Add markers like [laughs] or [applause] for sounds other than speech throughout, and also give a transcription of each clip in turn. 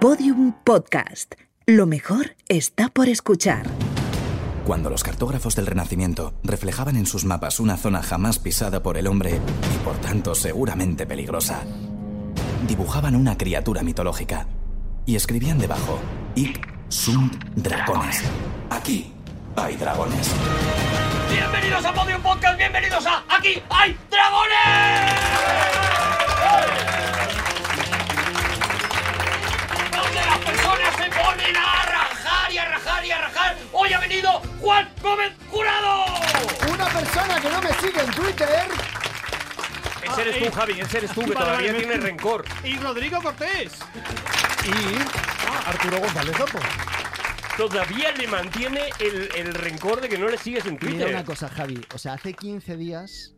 Podium Podcast. Lo mejor está por escuchar. Cuando los cartógrafos del Renacimiento reflejaban en sus mapas una zona jamás pisada por el hombre y por tanto seguramente peligrosa, dibujaban una criatura mitológica y escribían debajo: Ic sunt dragones. Aquí hay dragones. Bienvenidos a Podium Podcast, bienvenidos a Aquí hay dragones. Donde las personas se ponen a rajar y a rajar y a rajar. Hoy ha venido Juan Gómez Jurado. Una persona que no me sigue en Twitter. Ese Ah, eres eh. tú, Javi, ese eres tú, que Vale, todavía vale. tiene rencor. Y Rodrigo Cortés. Y Arturo González Sopo. Todavía le mantiene el, el rencor de que no le sigues en Mira Twitter. una cosa, Javi. O sea, hace 15 días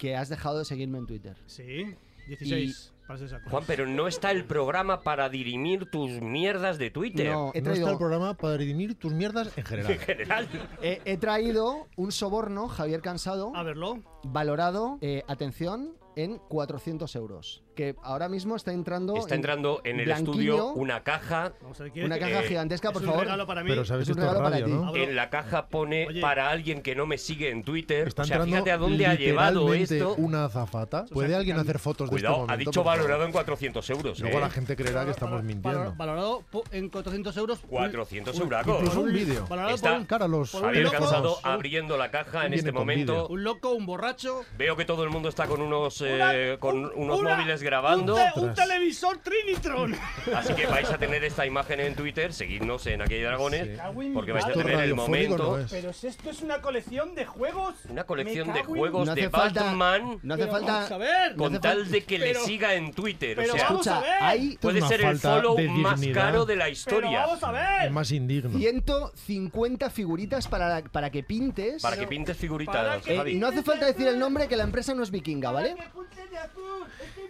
que has dejado de seguirme en Twitter. Sí, 16. Para ser exacto. Juan, pero no está el programa para dirimir tus mierdas de Twitter. No, he No está el traído, programa para dirimir tus mierdas en En general. general. he, he traído un soborno, Javier Cansado, A verlo. valorado, eh, atención, en 400 euros. Que ahora mismo está entrando. Está entrando en el estudio una caja. Vamos a ver, ¿quieres Una que- caja eh, gigantesca, es por un favor. regalo para mí. Pero sabes Es un esto es regalo para radio, ti. ¿no? Abro. En la caja pone Oye. para alguien que no me sigue en Twitter. Está o sea, entrando fíjate a dónde ha llevado literalmente esto. una azafata. ¿Puede que alguien can- hacer fotos de Cuidado, este momento? ha dicho por favor? valorado en 400 euros. Luego ¿eh? la gente creerá que estamos Valor- mintiendo. valor- Valorado po- en 400 euros. un- 400 un- Incluso euracos. Pues un vídeo. Valorado Está- por un, Cara a los Por un Javier loco. Cansado Un- abriendo la caja en Viene este con momento. vídeo. un loco, un borracho. Veo que todo el mundo está con unos, eh, Una- con un- unos una- móviles grabando. Un, te- un Ostras. televisor Trinitron. Así que vais a tener esta imagen en Twitter, seguidnos en Aquí hay Dragones, Sí. porque vais a Esto tener el radiofónico momento. no es. Pero si esto es una colección de juegos. Una colección Me de cago en- juegos No de hace falta- Batman No hace Pero Vamos a falta. ver. con hace tal falta- de que le pero- siga en Twitter. pero o sea, vamos- Escucha, a ver. hay puede Una ser el falta follow de más dignidad. caro de la Pero historia. vamos a ver. Es más indigno. 150 figuritas para, para que pintes. Para que pintes Para figuritas, que- Eh, Javi. no hace falta decir el nombre, que la empresa no es vikinga, ¿vale?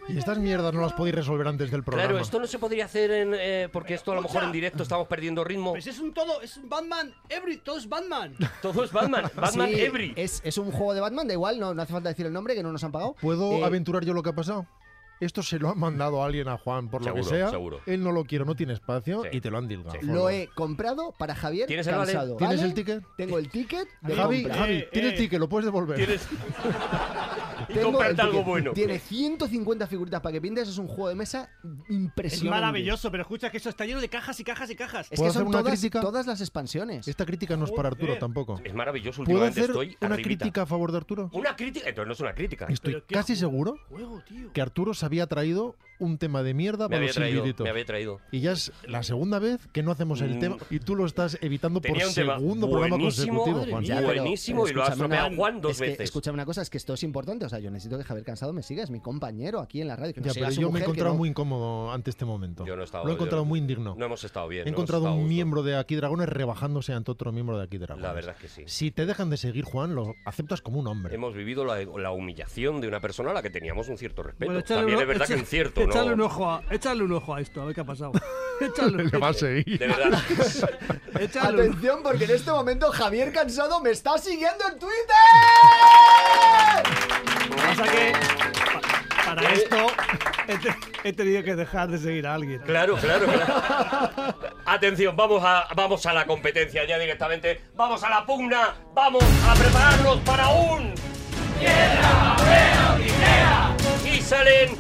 Y estas mierdas no las podéis resolver antes del programa. Claro, esto no se podría hacer en, eh, porque esto a lo mejor escucha. en directo estamos perdiendo ritmo. Pues es un todo, es un Batman. Every, todo es [laughs] Batman. Todo [laughs] es Batman, Batman Sí, Every. Eh, Es, es un juego de Batman, da igual, no, no hace falta decir el nombre, que no nos han pagado. ¿Puedo Eh, aventurar yo lo que ha pasado? Esto se lo ha mandado alguien a Juan, por lo que Seguro, sea. seguro. Él no lo quiere, no tiene espacio Sí. y te lo han dilgado. Sí. Lo he comprado para Javier ¿Tienes el vale? Cansado. ¿Tienes ¿vale? el ticket? Tengo el ticket de Javi, compra. Javi, Eh, tienes eh. ticket, lo puedes devolver. Tienes- y Tengo el comprarte algo ticket. bueno. Tiene 150 figuritas para que pintes, es un juego de mesa Es impresionante. maravilloso, pero escucha que eso está lleno de cajas y cajas y [laughs] cajas. Es ¿Puedo que hacer son una todas, crítica? todas las expansiones. Esta crítica no es para Arturo tampoco. Es maravilloso, Eh, ¿Puedo últimamente hacer estoy una arribita. crítica a favor de Arturo? Una crítica, entonces no es una crítica. Estoy Pero qué casi ju- seguro Juego, tío. que Arturo se había traído un tema de mierda Me para había los traído, silbiditos. me había traído. Y ya es la segunda vez que no hacemos el Mm. tema y tú lo estás evitando por Tenía un tema segundo programa buenísimo, consecutivo, madre Juan. mía. pero- buenísimo y lo ha escúchame una- estropeado Juan dos es que, veces. Escúchame una cosa, es que esto es importante. O sea, yo necesito que Javier Cansado me siga, es mi compañero aquí en la radio. que no Ya, siga pero a su yo me he mujer, que encontrado no- muy incómodo ante este momento. Yo no he estado- lo he encontrado yo- muy indigno. No hemos estado bien. he no hemos encontrado estado a un gusto. miembro de Aquí Dragones rebajándose ante otro miembro de Aquí Dragones. La verdad es que sí. Si te dejan de seguir, Juan, lo aceptas como un hombre. [laughs] Hemos vivido la, la humillación de una persona a la que teníamos un cierto respeto. Bueno, échale También un- es verdad que echa- un cierto, [laughs] échale ¿no? un ojo a, échale un ojo a esto, a ver qué ha pasado. échale, Le va a De [laughs] seguir. verdad. échale un- [laughs] Atención, porque en este momento Javier Cansado me está siguiendo en Twitter. Pasa que pa- Eh, eh, para esto he, te- he tenido que dejar de seguir a alguien. Claro, claro, claro. Atención, vamos a, vamos a la competencia ya directamente. Vamos a la pugna. Vamos a prepararnos para un. Y salen.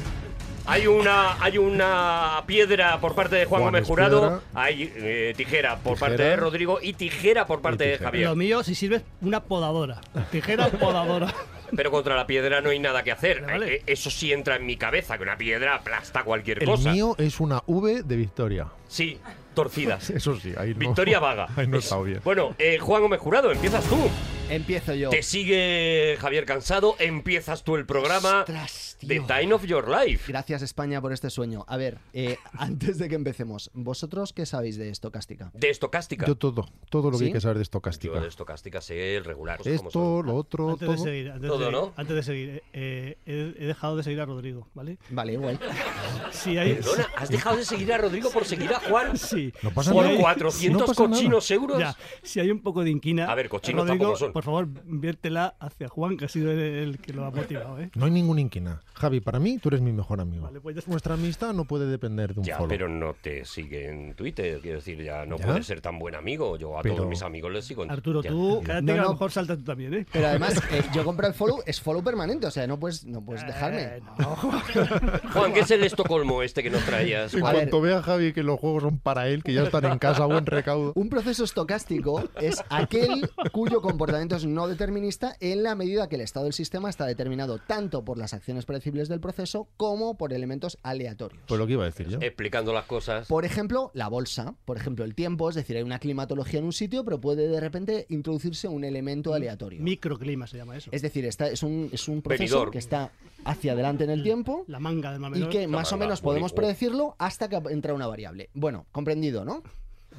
Hay una, hay una piedra por parte de Juan, Juan Gómez es Jurado. piedra. Hay eh, tijera por Tijera. parte de Eh, Rodrigo y tijera por parte de tijera. Javier. Lo mío, si sirve, una podadora. Tijera [laughs] podadora. Pero contra la piedra no hay nada que hacer. Vale, vale. Eh, eh, Eso sí entra en mi cabeza, que una piedra aplasta cualquier El cosa. mío es una V de victoria. Sí, [laughs] torcidas. Eso sí, ahí no. [laughs] Victoria vaga. Ahí no he Es- estado bien. Bueno, eh, Juan Gómez Jurado, empiezas tú. Empiezo yo. Te sigue Javier Cansado, empiezas tú el programa Ostras, tío. The Time of Your Life. Gracias España por este sueño. A ver, eh, [laughs] antes de que empecemos, ¿vosotros qué sabéis de estocástica? De estocástica. Yo todo, todo lo que ¿Sí? hay que saber Yo de estocástica. de estocástica sé el regular. sé cómo Esto, lo otro, Antes de todo. seguir, antes de Todo, seguir, ¿no? antes de seguir, eh, eh, he, he dejado de seguir a Rodrigo, ¿vale? Vale, igual. Si son. hay. Perdona, has dejado de seguir a Rodrigo por seguir a Juan Sí. No pasa por nada. 400 No pasa nada. cochinos euros. Ya, si hay un poco de inquina. A ver, cochinos Rodrigo, tampoco son. por favor, viértela hacia Juan, que ha sido el, el que lo ha motivado, ¿eh? No hay ningún inquina. Javi, para mí tú eres mi mejor amigo. Vale, pues ya está. Nuestra amistad no puede depender de un Ya, follow. pero no te sigue en Twitter. Quiero decir, ya no ¿Ya? puedes ser tan buen amigo. Yo a Pero- todos mis amigos les sigo en Arturo, Ya. tú, cada No, día a no. lo mejor saltas tú también, ¿eh? Pero además, eh, yo compro el follow, es follow permanente, o sea, no puedes, no puedes dejarme. Eh, no. Juan, ¿qué es el Estocolmo este que nos traías? En A [laughs] Juan? ver. cuanto vea Javi que los juegos son para él, que ya están en casa, [laughs] buen recaudo. Un proceso estocástico es aquel cuyo comportamiento es no determinista en la medida que el estado del sistema está determinado tanto por las acciones predecibles del proceso como por elementos aleatorios. Pues lo que iba a decir yo. Explicando las cosas. Por ejemplo, la bolsa, por ejemplo, el tiempo, es decir, hay una climatología en un sitio, pero puede de repente introducirse un Mm. elemento aleatorio. Microclima se llama eso. Es decir, está, es, un, es un proceso Venidor. que está hacia adelante en el tiempo La manga del mar y menor. que más o manga, menos podemos bonito. predecirlo hasta que entra una variable. Bueno, comprendido, ¿no?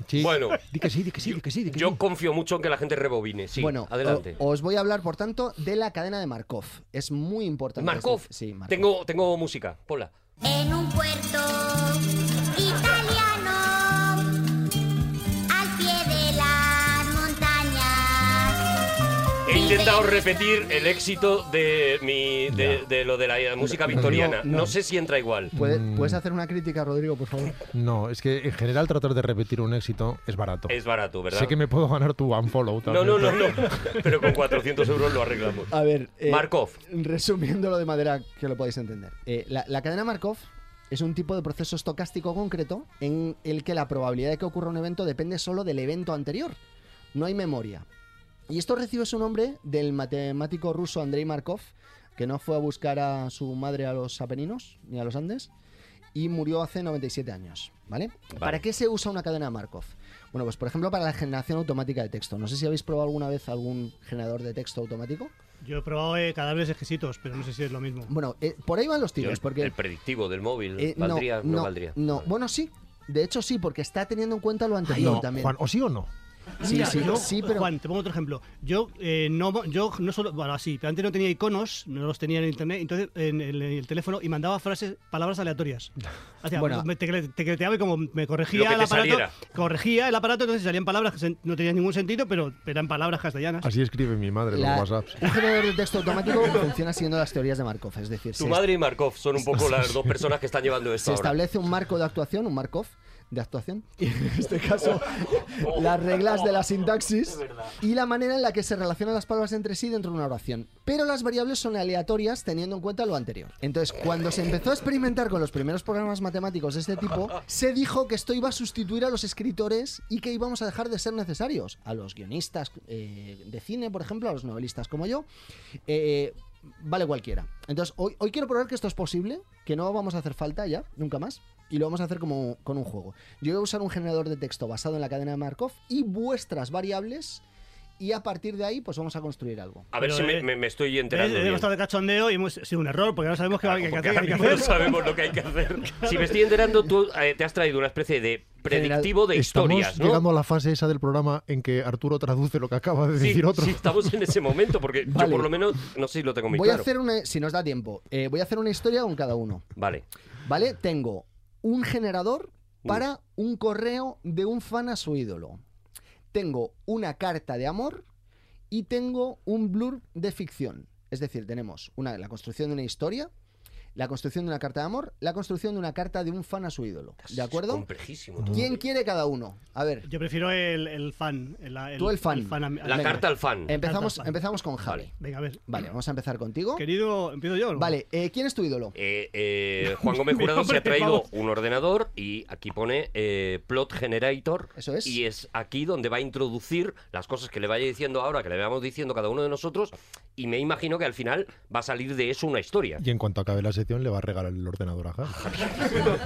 Sí. Bueno, Di que sí, di que sí, di que sí, di que yo sí. confío mucho en que la gente rebobine. Sí, bueno, adelante. o- os voy a hablar, por tanto, de la cadena de Markov. Es muy importante. Markov, este- sí, Markov. Tengo, tengo música, ponla. En un puerto italiano, al pie de las montañas. He intentado repetir el éxito de, mi, de, de lo de la música victoriana. no. No sé si entra igual. ¿Puede- ¿Puedes hacer una crítica, Rodrigo, por favor? No, es que en general tratar de repetir un éxito es barato. Es barato, ¿verdad? Sé que me puedo ganar tu unfollow No, también. no, no, no. Pero con 400 euros lo arreglamos. A ver, eh, Markov. Resumiéndolo de manera que lo podáis entender. Eh, la, la cadena Markov es un tipo de proceso estocástico concreto en el que la probabilidad de que ocurra un evento depende solo del evento anterior. No hay memoria. Y esto recibe su nombre del matemático ruso Andrei Markov, que no fue a buscar a su madre a los Apeninos ni a los Andes y murió hace 97 años, ¿vale? ¿Para qué se usa una cadena Markov? Bueno, pues por ejemplo para la generación automática de texto. No sé si habéis probado alguna vez algún generador de texto automático. Yo he probado eh, cadáveres exquisitos, pero no sé si es lo mismo. Bueno, eh, por ahí van los Yo, tiros, porque... El predictivo del móvil. eh, no, ¿Valdría? No, no, valdría. no. Vale. bueno, sí. De hecho, sí, porque está teniendo en cuenta lo anterior No, también. Juan, ¿o sí o no? sí, Mira, sí, yo- sí, pero... Juan, te pongo otro ejemplo. Yo eh, no, yo no solo, bueno, así, pero antes no tenía iconos, no los tenía en internet, entonces en el, en el teléfono y mandaba frases, palabras aleatorias. O sea, Bueno. me tecle- tecleteaba y como me Lo corregía que el te aparato, saliera. corregía el aparato, entonces salían palabras que se- no tenían ningún sentido, pero eran palabras castellanas. Así escribe mi madre La- los WhatsApps. un generador de texto automático funciona siguiendo las teorías de Markov, es decir, Tu se, madre y Markov son un poco [laughs] las dos personas que están llevando se esto. ahora. establece un marco de actuación, un Markov de actuación, [laughs] y en este caso las reglas de la sintaxis y la manera en la que se relacionan las palabras entre sí dentro de una oración. Pero las variables son aleatorias teniendo en cuenta lo anterior. Entonces, cuando se empezó a experimentar con los primeros programas matemáticos de este tipo, se dijo que esto iba a sustituir a los escritores y que íbamos a dejar de ser necesarios. A los guionistas eh, de cine, por ejemplo, a los novelistas como yo. Eh, vale cualquiera. Entonces, hoy, hoy quiero probar que esto es posible, que no vamos a hacer falta ya, nunca más, y lo vamos a hacer como con un juego. Yo voy a usar un generador de texto basado en la cadena de Markov y vuestras variables, y a partir de ahí, pues vamos a construir algo. A ver Pero, si me, eh, me- me estoy ¿Ves? enterando. Hemos bien. estado de cachondeo y hemos sido un error, porque ahora sabemos que, Claro, hay, que, porque hacer- ahora hay que mismo [laughs] hacer. sabemos lo que hay que [laughs] hacer. Si me estoy enterando, tú eh, te has traído una especie de predictivo de Estamos historias, ¿no? llegando a la fase esa del programa en que Arturo traduce lo que acaba de Sí, decir otro. sí, estamos en ese momento, porque yo Vale. por lo menos no sé si lo tengo muy Voy a claro. hacer una, si nos da tiempo, eh, voy a hacer una historia con cada uno, Vale. ¿vale? Tengo un generador Uh. para un correo de un fan a su ídolo. Tengo una carta de amor y tengo un blur de ficción. Es decir, tenemos una, la construcción de una historia, la construcción de una carta de amor, la construcción de una carta de un fan a su ídolo. ¿De Es acuerdo? complejísimo todo. ¿Quién quiere cada uno? A ver, Yo prefiero el, el fan. El, Tú el fan. am- La venga. carta al fan. empezamos, Vale. empezamos con Javi. Vale. Venga, a ver. Vale, vamos a empezar contigo. Querido, empiezo yo. ¿no? Vale, eh, ¿quién es tu ídolo? Eh, eh, Juan Gómez Mi Jurado se hombre, ha traído vamos. un ordenador y aquí pone eh, Plot Generator. Eso es. Y es aquí donde va a introducir las cosas que le vaya diciendo ahora, que le vayamos diciendo cada uno de nosotros. Y me imagino que al final va a salir de eso una historia. Y en cuanto acabe la sección le va a regalar el ordenador a Javi.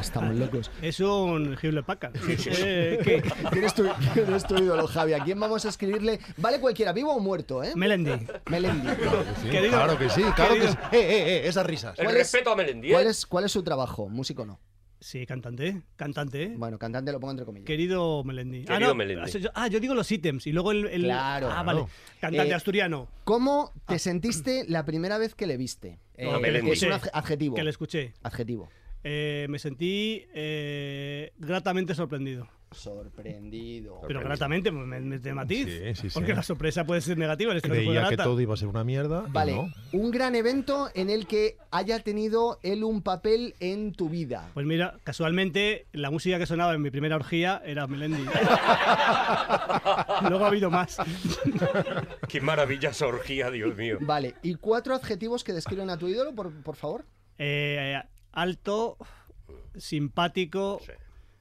Estamos locos. Es un Hewlett [laughs] Packard. Eh, que- ¿Quién es, tu, quién es tu ídolo, Javi? ¿A quién vamos a escribirle? Vale cualquiera, vivo o muerto, ¿eh? Melendi. Melendi. Sí, Querido- claro que sí, claro que querido- sí. Eh, eh, eh, esas risas. El ¿Cuál es- respeto a Melendier. ¿Cuál es, ¿Cuál es su trabajo? Músico no. Sí, cantante. Cantante. ¿eh? Bueno, cantante lo pongo entre comillas. Querido Melendi. ah, Querido no, Melendi. ah, yo- Ah, yo digo los ítems y luego el. el- Claro. Ah, vale. Cantante Eh, asturiano. ¿Cómo Ah. te sentiste la primera vez que le viste? Melendi. es un adje- adjetivo. Que le escuché. Adjetivo. eh, me sentí eh, gratamente sorprendido. Sorprendido. Pero gratamente, pues, me, me- de matiz. Sí, sí, sí. Porque la sorpresa puede ser negativa. en este caso fue Creía que grata. todo iba a ser una mierda. y Vale, no. un gran evento en el que haya tenido él un papel en tu vida. Pues mira, casualmente la música que sonaba en mi primera orgía era [laughs] Melendi. Luego ha habido más. Qué maravillosa orgía, Dios mío. Pues- Vale, y cuatro adjetivos que describen a tu ídolo, por, por favor. Eh, alto, simpático,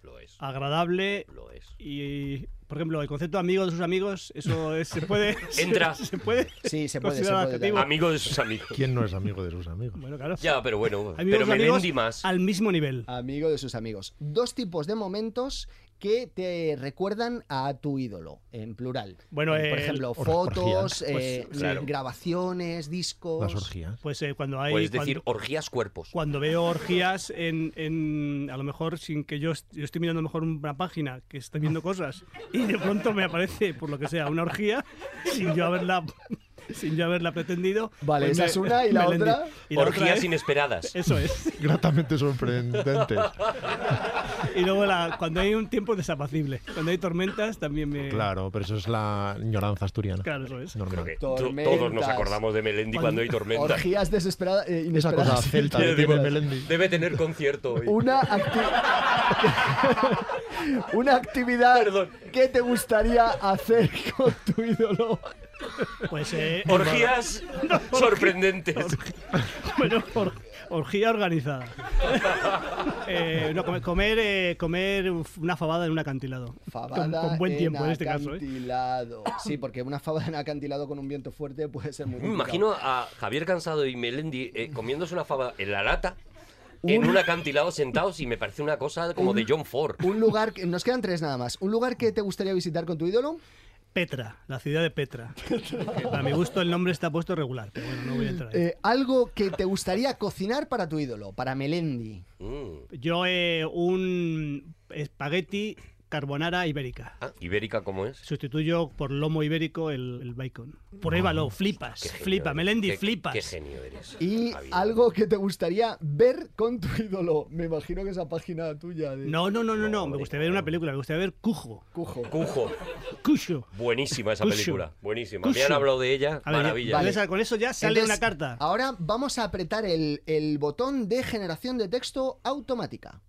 Lo es. agradable Lo es. y, por ejemplo, el concepto amigo de sus amigos, eso es- se [laughs] puede. se- Entra. Se, puede. [laughs] Sí, se puede, se considerar puede, adjetivo. Amigo de sus amigos. ¿Quién no es amigo de sus amigos? Bueno, claro. Ya, pero bueno. Amigos pero de amigos Melendi más. al mismo nivel. Amigo de sus amigos. Dos tipos de momentos que te recuerdan a tu ídolo, en plural. Bueno, Eh, por el- ejemplo, orgías. fotos, Pues, eh, sí. Claro. grabaciones, discos. Las orgías. Pues eh, cuando hay. Puedes cuando- decir orgías cuerpos. cuando veo orgías en, en- a lo mejor sin que yo, est- yo estoy mirando a lo mejor una página que estoy viendo cosas y de pronto me aparece por lo que sea una orgía sin yo haberla [laughs] sin yo haberla pretendido pues Vale, esa me- es una, ¿y la me otra? lendi- y la otra Orgías es- inesperadas. eso [laughs] es Gratamente sorprendentes. y luego la- cuando hay un tiempo desapacible cuando hay tormentas también me [laughs] Claro, pero eso es la ñoranza asturiana. Claro, eso es. Normal. Creo que to- Tormentas. todos nos acordamos de Melendi cuando hay tormenta. Orgías desesperadas, eh, Esa inesperadas. cosa [laughs] celta que tiene Melendi. Debe tener concierto hoy. Una, acti- [laughs] una actividad Perdón. que te gustaría hacer con tu ídolo. pues eh, Orgías sorprendentes. [laughs] Bueno, or- orgía organizada. Eh, no, come- comer, eh, comer uf, una fabada en un acantilado. con, Fabada con buen en tiempo en este caso. ¿eh? acantilado. Sí, porque una fabada en acantilado con un viento fuerte puede ser muy Me complicado. imagino a Javier Cansado y Melendi eh, comiéndose una fava en la lata, Un- en un acantilado sentados, y me parece una cosa como de John Ford. Un lugar que nos quedan tres nada más. Un lugar que te gustaría visitar con tu ídolo. Petra, la ciudad de Petra. Que para mi gusto el nombre está puesto regular, pero bueno, no voy a entrar ahí. Eh, algo que te gustaría cocinar para tu ídolo, para Melendi. Mm. Yo eh, un espagueti carbonara ibérica. Ah, Ibérica, ¿cómo es? Sustituyo por lomo ibérico el, el bacon. Pruébalo, flipas, Ah, Qué genio flipa, eres. Melendi, Qué- flipas. Qué genio eres. Y Javier. algo que te gustaría ver con tu ídolo. Me imagino que esa página tuya de No, no, no, no, No, no, me hombre, gustaría ver una película, me gustaría ver Cujo. Cujo. Cujo. Cujo. Buenísima esa Cushu. película. Buenísima. Me Cushu. han hablado de ella. A ver, Maravilla. con Vale. esa- con eso ya sale Entonces, ah, una carta. Ahora vamos a apretar el, el botón de generación de texto automática.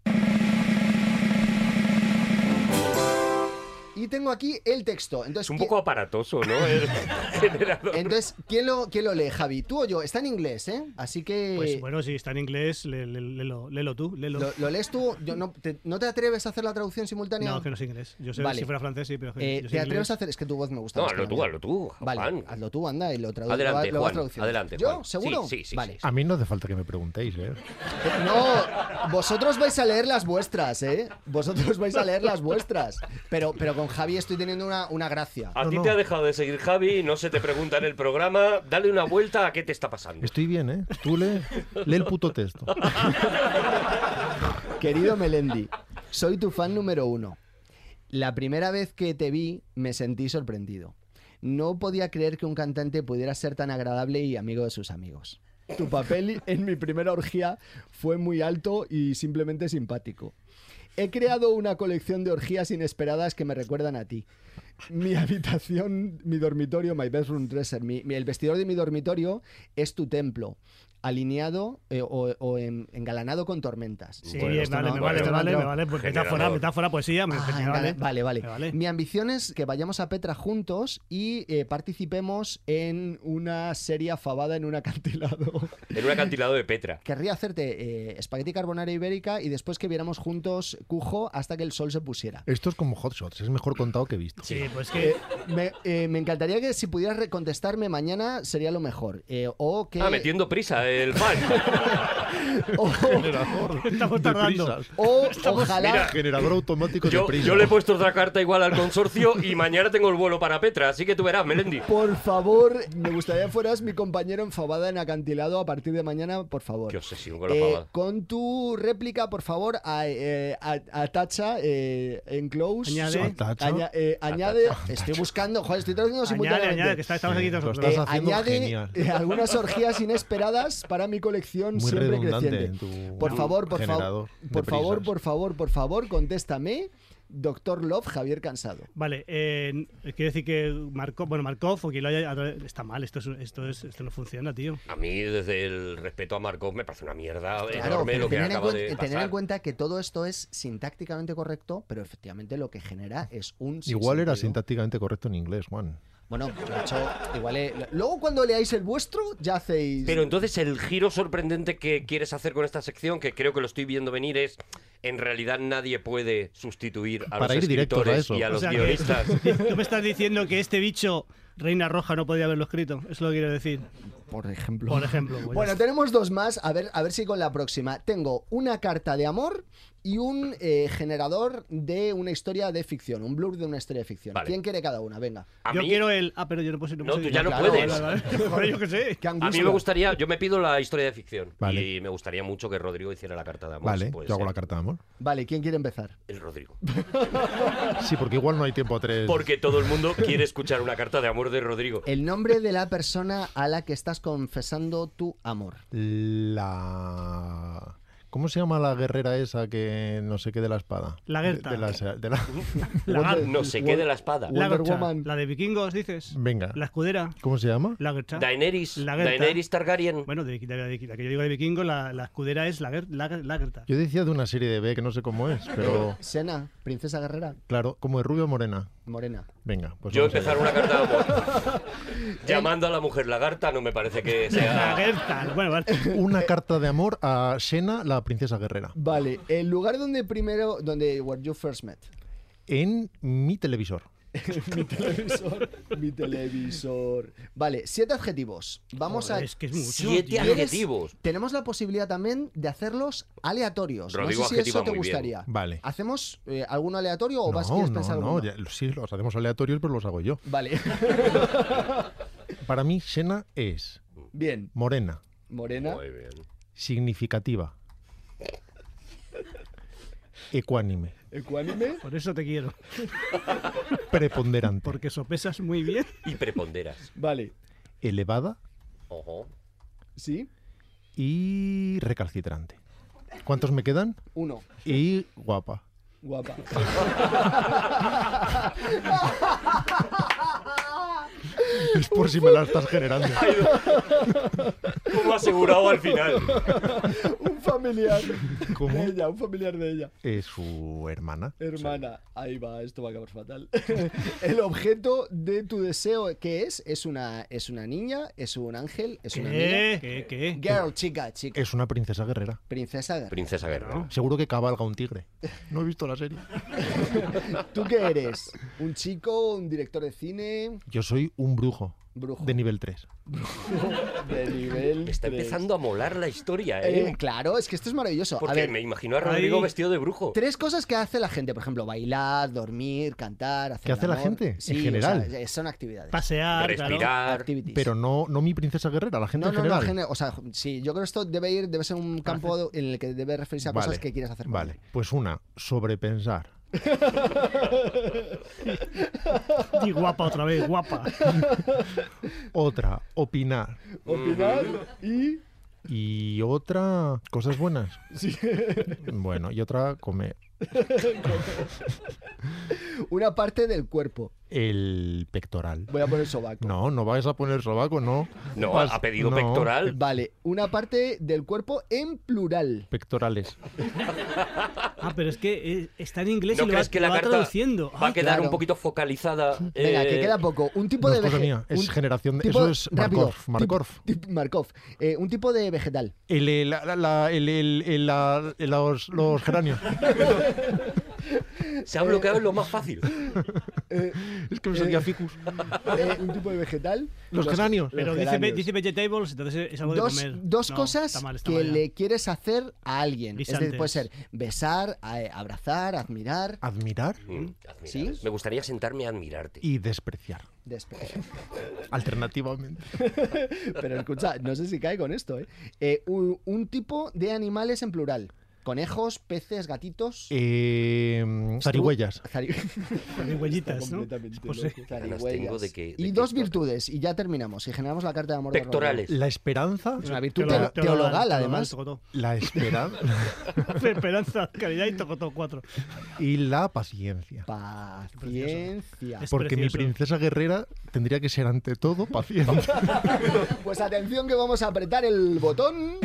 Y tengo aquí el texto. Entonces, Es un ¿qui- poco aparatoso, [laughs] ¿no? El generador. entonces ¿quién, lo, ¿quién lo lee, Javi? ¿Tú o yo? Está en inglés, ¿eh? Así que... Pues bueno, si está en inglés, le- le- lelo, lelo tú, lelo. ¿Lo, lo lees tú? Yo no, te, ¿No te atreves a hacer la traducción simultánea? no, que no es inglés. Yo sé Vale. si fuera francés, sí, pero. Eh, yo sé ¿Te inglés. atreves a hacer? Es que tu voz me gusta. No, más que hazlo la tú, mía. hazlo tú, Vale, Juan. hazlo tú, anda, y lo traduces. Adelante, lo, vas Juan, traduciendo. adelante, ¿Yo? Juan. ¿Seguro? Sí, sí, sí, Vale. sí, A mí no hace falta que me preguntéis, ¿eh? Eh, No, vosotros vais a leer las vuestras, ¿eh? Vosotros vais a leer las vuestras. Pero, pero con Javi estoy teniendo una, una gracia. A No, ti no. te ha dejado de seguir Javi, no se te pregunta en el programa. Dale una vuelta a qué te está pasando. Estoy bien, ¿eh? Tú lee, lee el puto texto. Querido Melendi, soy tu fan número uno. La primera vez que te vi me sentí sorprendido. No podía creer que un cantante pudiera ser tan agradable y amigo de sus amigos. Tu papel en mi primera orgía fue muy alto y simplemente simpático. He creado una colección de orgías inesperadas que me recuerdan a ti. Mi [laughs] habitación, mi dormitorio, my bedroom dresser, mi, mi- el vestidor de mi dormitorio es tu templo, alineado eh, o, o en- engalanado con tormentas. Sí, Bueno, eh, esto vale, no- me bueno, vale, me esto vale, no. me vale. pues Metáfora, Generador. metáfora, [laughs] poesía. Me, Ah, me engala- vale. vale, vale. Me vale. Mi ambición es que vayamos a Petra juntos y eh, participemos en una serie afabada en un acantilado. [laughs] En un acantilado de Petra. Querría hacerte eh, espagueti carbonara ibérica y después que viéramos juntos Cujo hasta que el sol se pusiera. Esto es como Hot Shots, es mejor contado que visto. Sí, pues Eh, que. me, eh, me encantaría que si pudieras recontestarme mañana sería lo mejor. Eh, o que... Ah, metiendo prisa [laughs] el fan. [laughs] o- Generador Estamos de tardando. prisas. o ojalá... Mira, Generador automático de Yo, prisas. yo le he puesto otra carta igual al consorcio y mañana tengo el vuelo para Petra, así que tú verás, Melendi. Por favor, me gustaría fueras mi compañero en Fabada en Acantilado a partir de mañana, por favor. Qué obsesión con la Eh, pavada. con tu réplica, por favor, a, eh, a- atacha eh, en close. Añade. Atacha. Aña- eh, añade. Estoy buscando. Joder, estoy traduciendo Añade, simultáneamente. añade, que está- estamos aquí Sí, lo todos. [laughs] estás Eh, haciendo añade genial. eh, algunas orgías inesperadas más para mi colección Muy siempre redundante creciente. en tu por favor, por favor, generador por de favor, prisas. por favor, por favor, contéstame. Doctor Love, Javier Cansado. Vale, eh, quiere decir que Markov, bueno, Markov o quien lo haya. Está mal, esto, es, esto, es, esto no funciona, tío. A mí, desde el respeto a Marcos, me parece una mierda Claro, enorme pero lo que tener, en acaba cuen- de tener en pasar. cuenta que todo esto es sintácticamente correcto, pero efectivamente lo que genera es un Igual era sinsentido. sintácticamente correcto en inglés, Juan. Bueno, de hecho, igual eh, luego cuando leáis el vuestro ya hacéis Pero entonces el giro sorprendente que quieres hacer con esta sección, que creo que lo estoy viendo venir, es en realidad nadie puede sustituir a Para los ir directos a escritores eso. y a O los sea que- [laughs] guionistas. Tú me estás diciendo que este bicho, Reina Roja, no podía haberlo escrito. Es lo que quiero decir. por ejemplo. Por ejemplo. pues ya Bueno, está. tenemos dos más, a ver, a ver si con la próxima. Tengo una carta de amor y un eh, generador de una historia de ficción, un blur de una historia de ficción. Vale. ¿Quién quiere cada una? Venga. A yo mí- quiero el. Ah, pero yo no puedo No, tú ya no Claro, puedes. vale, [laughs] vale. yo qué sé. Qué A mí angustia. me gustaría, yo me pido la historia de ficción. Vale. Y me gustaría mucho que Rodrigo hiciera la carta de amor. si Vale, yo Pues puede hago ser. la carta de amor. Vale, ¿quién quiere empezar? El Rodrigo. Sí, porque igual no hay tiempo a tres. Porque todo el mundo quiere escuchar una carta de amor de Rodrigo. El nombre de la persona a la que estás confesando tu amor. La. ¿Cómo se llama la guerrera esa que no sé qué de la espada? Lagerta. De, de la- de la- Ah, no sé qué de la espada. La Wonder Gercha, Woman. La de vikingos, dices. [laughs] Venga. La escudera. ¿Cómo se llama? La Gercha. Daenerys. Lagerta. Daenerys Targaryen. Bueno, de, de- de- de- la que yo digo de vikingos, la, la escudera es la, Ger- la, la Gerta. Yo decía de una serie de B que no sé cómo es, pero Sena, princesa guerrera, claro, como de rubio o morena. morena. Venga, pues Yo vamos allá. empezar una carta de amor. Llamando a la mujer lagarta no me parece que [laughs] La sea... [laughs] Gerta. Bueno, vale. una carta de amor a Shena, la princesa guerrera, Vale, el lugar donde primero, donde where you first met. en mi televisor. [laughs] mi televisor. Mi televisor. Vale, siete adjetivos. Vamos Joder, a. Es que es mucho. Siete tío. ¿Quieres? adjetivos. Tenemos la posibilidad también de hacerlos aleatorios. Rodrigo no sé si eso adjetiva te muy bien. gustaría. Vale. ¿Hacemos eh, alguno aleatorio o vas no, quieres no, pensar no, alguno? ya- sí, los hacemos aleatorios, pero los hago yo. Vale. [laughs] Para mí, Shena es Bien. morena, Morena. Muy bien. significativa, ecuánime, Ecuánime. Por eso te quiero. preponderante, Porque sopesas muy bien. Y preponderas. Vale. elevada Ojo. Sí. y recalcitrante. ¿Cuántos me quedan? Uno. Y guapa. [laughs] Guapa. Es por si me la estás generando. Como asegurado al final. un familiar. ¿Cómo? De ella, un familiar de ella. Es su hermana. Hermana, ahí va, esto va a acabar fatal. [laughs] el objeto de tu deseo, ¿qué es? ¿Es una, es una niña? ¿Es un ángel? ¿Es una niña? ¿Qué? ¿Qué? ¿Qué? Girl, chica, chica. Es una princesa guerrera. Princesa de- Princesa Guerrero. Seguro que cabalga un tigre. No he visto la serie. ¿Tú qué eres? ¿Un chico? ¿Un director de cine? Yo soy un brujo Brujo. de nivel 3. De nivel. Me está tres. empezando a molar la historia, Eh, ¿eh? claro, es que esto es maravilloso. A Porque ver, me imagino a Rodrigo Ahí. vestido de brujo. tres cosas que hace la gente. Por ejemplo, bailar, dormir, cantar, hacer ¿Qué hace el la amor. gente, en Sí, o general? sea, son actividades. Pasear, claro. Respirar. Activities. Pero no, no mi princesa guerrera, la gente No, en no, no, general. gene- o sea, sí, yo creo que esto debe ir, debe ser un campo en el que debe referirse a cosas que quieres hacer. con Vale, él. pues una, sobrepensar. Y guapa otra vez, guapa. Otra, opinar. Opinar y Y otra, cosas buenas. [laughs] Bueno, y otra, comer. una parte del cuerpo. El pectoral. Voy a poner sobaco. No, no vais a poner sobaco, no. No, Vas- ha pedido no. pectoral. Vale, una parte del cuerpo en plural. Pectorales. Ah, pero es que eh, está en inglés ¿No y lo va, crees que la lo va carta traduciendo. Ah, va a quedar claro. un poquito focalizada? [laughs] Venga, que eh, queda poco. Un tipo No de es cosa vege- mía, es un generación de- tipo- eso es rápido, Markov, Markov. tip- tip- Markov. Eh, un tipo de vegetal. El, eh, la- la- la- el- el- el- la- el- los, los [laughs] geranios. Se ha bloqueado en lo más fácil. [laughs] es que me salía ficus. Eh, un tipo de vegetal. Los geranios. pero los dice, ve- geranios. dice vegetables, entonces es algo dos, de comer. dos No, cosas está mal, está que mal ya. le quieres hacer a alguien. Es decir, Guisantes. puede ser besar, a- abrazar, admirar, Admirar Mm, admirar. ¿Sí? Me gustaría sentarme a admirarte. y despreciar. despedir. Alternativamente. [laughs] Pero escucha, no sé si cae con esto, ¿eh? Eh, un, un tipo de animales en plural. Conejos, peces, gatitos. Eh, zarigüeyas. Zari- [laughs] Zarigüeyitas, ¿no? Pues José. Zarigüeyas. y dos virtudes, y ya terminamos. Y generamos la carta de amor. de Pectorales. Rodrigo. La esperanza. Es una virtud Teolo- teo- teologal, teologal, además. tocotó. La esperanza. Esperanza, caridad y tocotó cuatro. y la paciencia. Paciencia. Pues, Es Porque mi precioso. princesa guerrera tendría que ser ante todo paciente. Pues atención que vamos a apretar el botón.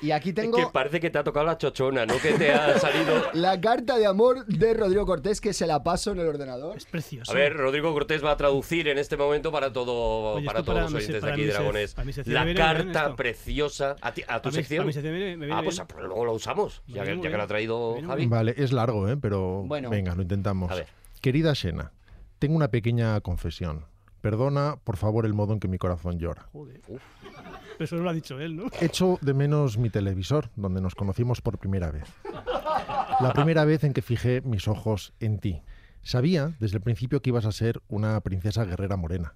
Y aquí tengo Es que parece que te ha tocado la chochona, ¿no? Que [laughs] te ha salido... la carta de amor de Rodrigo Cortés que se la paso en el ordenador. Es precioso. A ver, Rodrigo Cortés va a traducir en este momento para todo Oye, para esto todos para los mi se- oyentes de para aquí, mi se- Dragones. para mi sección me La viene bien carta esto. preciosa. ¿A, ti- a tu A mí- sección? a mi sección me viene- me viene ah, pues bien. ah, pues luego la usamos, Me ya, viene que, muy ya que bien. la ha traído Me viene muy Javi. bien. Vale, es largo, ¿eh? pero Bueno. venga, lo intentamos. A ver. Querida Sena, tengo una pequeña confesión. Perdona, por favor, el modo en que mi corazón llora. Joder. Pero eso no lo ha dicho él, ¿no? Echo de menos mi televisor, donde nos conocimos por primera vez. La primera vez en que fijé mis ojos en ti. Sabía desde el principio que ibas a ser una princesa guerrera morena.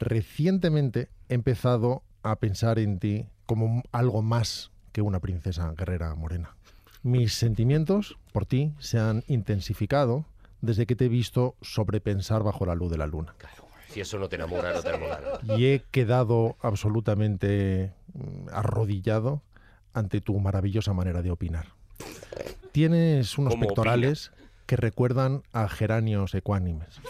Recientemente he empezado a pensar en ti como m- algo más que una princesa guerrera morena. Mis sentimientos por ti se han intensificado desde que te he visto sobrepensar bajo la luz de la luna Si eso no te enamora, [laughs] no te enamora. y he quedado absolutamente mm, arrodillado ante tu maravillosa manera de opinar. Tienes unos ¿Cómo pectorales que recuerdan a geranios ecuánimes.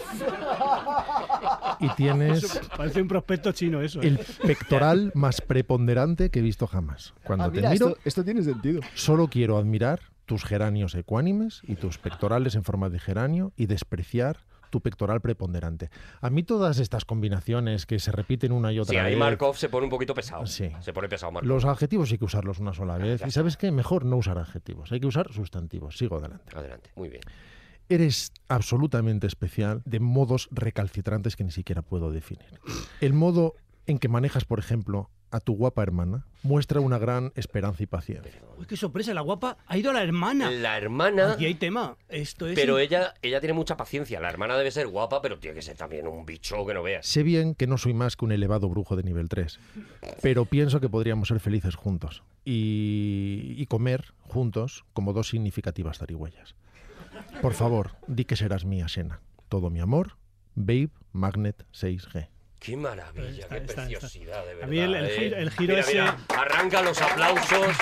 Y tienes Parece un prospecto chino eso. ¿eh? el pectoral más preponderante que he visto jamás. Cuando Ah, te mira, miro, esto, esto tiene [laughs] sentido. solo quiero admirar tus geranios ecuánimes y tus pectorales en forma de geranio y despreciar tu pectoral preponderante. A mí todas estas combinaciones que se repiten una y otra Si ahí vez, Markov se pone un poquito pesado. Sí. Se pone pesado Markov. Los adjetivos hay que usarlos una sola vez. ¿Y sabes qué? Mejor no usar adjetivos. Hay que usar sustantivos. Sigo adelante. Adelante, muy bien. Eres absolutamente especial de modos recalcitrantes que ni siquiera puedo definir. El modo en que manejas, por ejemplo, a tu guapa hermana muestra una gran esperanza y paciencia. Uy, qué sorpresa, la guapa ha ido a la hermana. La hermana... Aquí hay tema. Esto es. Pero ella, ella tiene mucha paciencia. La hermana debe ser guapa, pero tiene que ser también un bicho que no veas. Sé bien que no soy más que un elevado brujo de nivel 3, pero pienso que podríamos ser felices juntos y, y comer juntos como dos significativas zarigüeyas. Por favor, di que serás mía, Sena. Todo mi amor, Babe Magnet 6G. Qué maravilla, Pues Está, qué está, está. preciosidad, de verdad. A mí el- el ¿eh? giro- el giro Mira, mira, arranca los aplausos.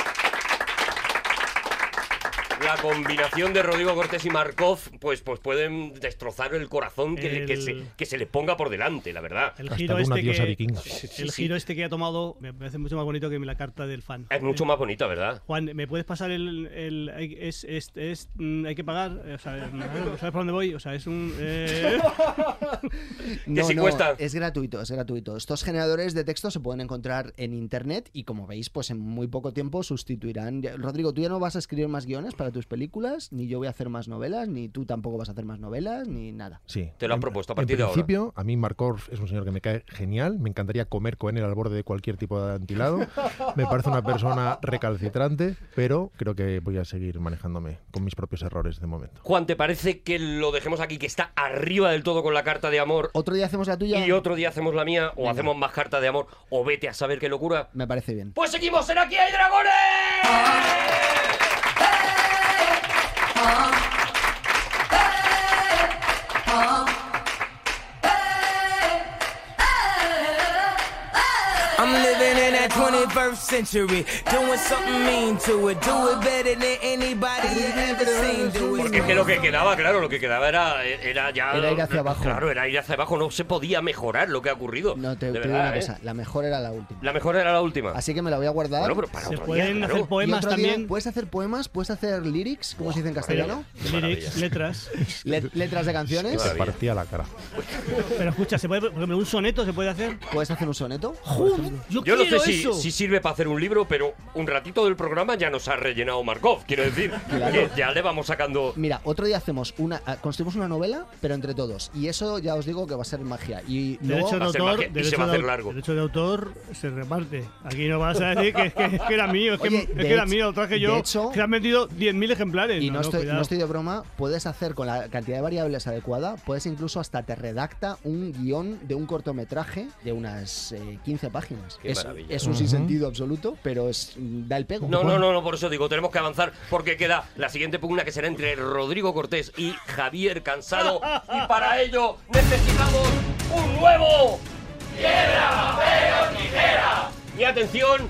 La combinación de Rodrigo Cortés y Markov, pues, pues pueden destrozar el corazón que, le- que El- se, que se le ponga por delante, la verdad. El Hasta giro, de una este diosa que, vikinga. el giro este que ha tomado me parece mucho más bonito que la carta del fan. Es mucho más bonita, ¿verdad? Juan, ¿me puedes pasar el. el- hay- es, es- es- mm, hay que pagar. eh, O sea, eh, ¿Sabes por dónde voy? O sea, es un. eh, sí cuesta. Es gratuito, es gratuito. Estos generadores de texto se pueden encontrar en internet y como veis, pues en muy poco tiempo sustituirán. Ya- Rodrigo, tú ya no vas a escribir más guiones para tus películas, ni yo voy a hacer más novelas, ni tú tampoco vas a hacer más novelas, ni nada. Sí. Te lo han En- propuesto a partir de En ahora. principio, a mí Markov es un señor que me cae genial. Me encantaría comer con él al borde de cualquier tipo de acantilado. Me parece una persona recalcitrante, pero creo que voy a seguir manejándome con mis propios errores de momento. Juan, ¿te parece que lo dejemos aquí, que está arriba del todo con la carta de amor? Otro día hacemos la tuya. Y otro día hacemos la mía, o hacemos más carta de amor, o vete a saber qué locura. Me parece bien. Pues seguimos en Aquí hay dragones. I'm living in that 21st century, doing something mean to it. Do it better than anybody you ever seen. Do Porque es it. que lo que quedaba, claro, lo que quedaba era, era ya. Era ir hacia abajo. Claro, era ir hacia abajo, no se podía mejorar lo que ha ocurrido. No, te, De te digo verdad, una ¿eh? cosa, la mejor era la última. La mejor era la última. Así que me la voy a guardar. Bueno, pero para se otro pueden día, claro. hacer poemas y otro día también. puedes hacer poemas, puedes hacer lyrics, como se dice en pero- castellano, Qué maravilla. lyrics, letras. Le- letras de canciones. Se partía la cara. Pero escucha, ¿se puede, por ejemplo, un soneto se puede hacer? Puedes hacer un soneto. Yo, Yo no sé quiero si, eso. si sirve para hacer un libro, pero un ratito del programa ya nos ha rellenado Markov. [laughs] Quiero decir, que ya le vamos sacando. Mira, otro día hacemos una, ah, construimos una novela, pero entre todos. Y eso ya os digo que va a ser magia. Y luego, Derecho de Va a ser autor, magia y se derecho va a de hacer au- largo. derecho de autor se reparte. Aquí no vas a decir que, que- que era mío, es que, Oye, es de que era hecho- mío, lo traje yo. de hecho- que han vendido 10.000 ejemplares. y no, estoy, cuidado. no estoy de broma, puedes hacer con la cantidad de variables adecuada, puedes incluso hasta te redacta un guión de un cortometraje de unas eh, 15 páginas. Qué es, maravilla. es un sinsentido entendido absoluto, pero es, mm, da el pego. No, no, no, no, por eso digo, tenemos que avanzar porque queda la siguiente pugna que será entre Rodrigo Cortés y Javier Cansado. Y para ello necesitamos un nuevo ¡Piedra, papel o tijera! Y atención,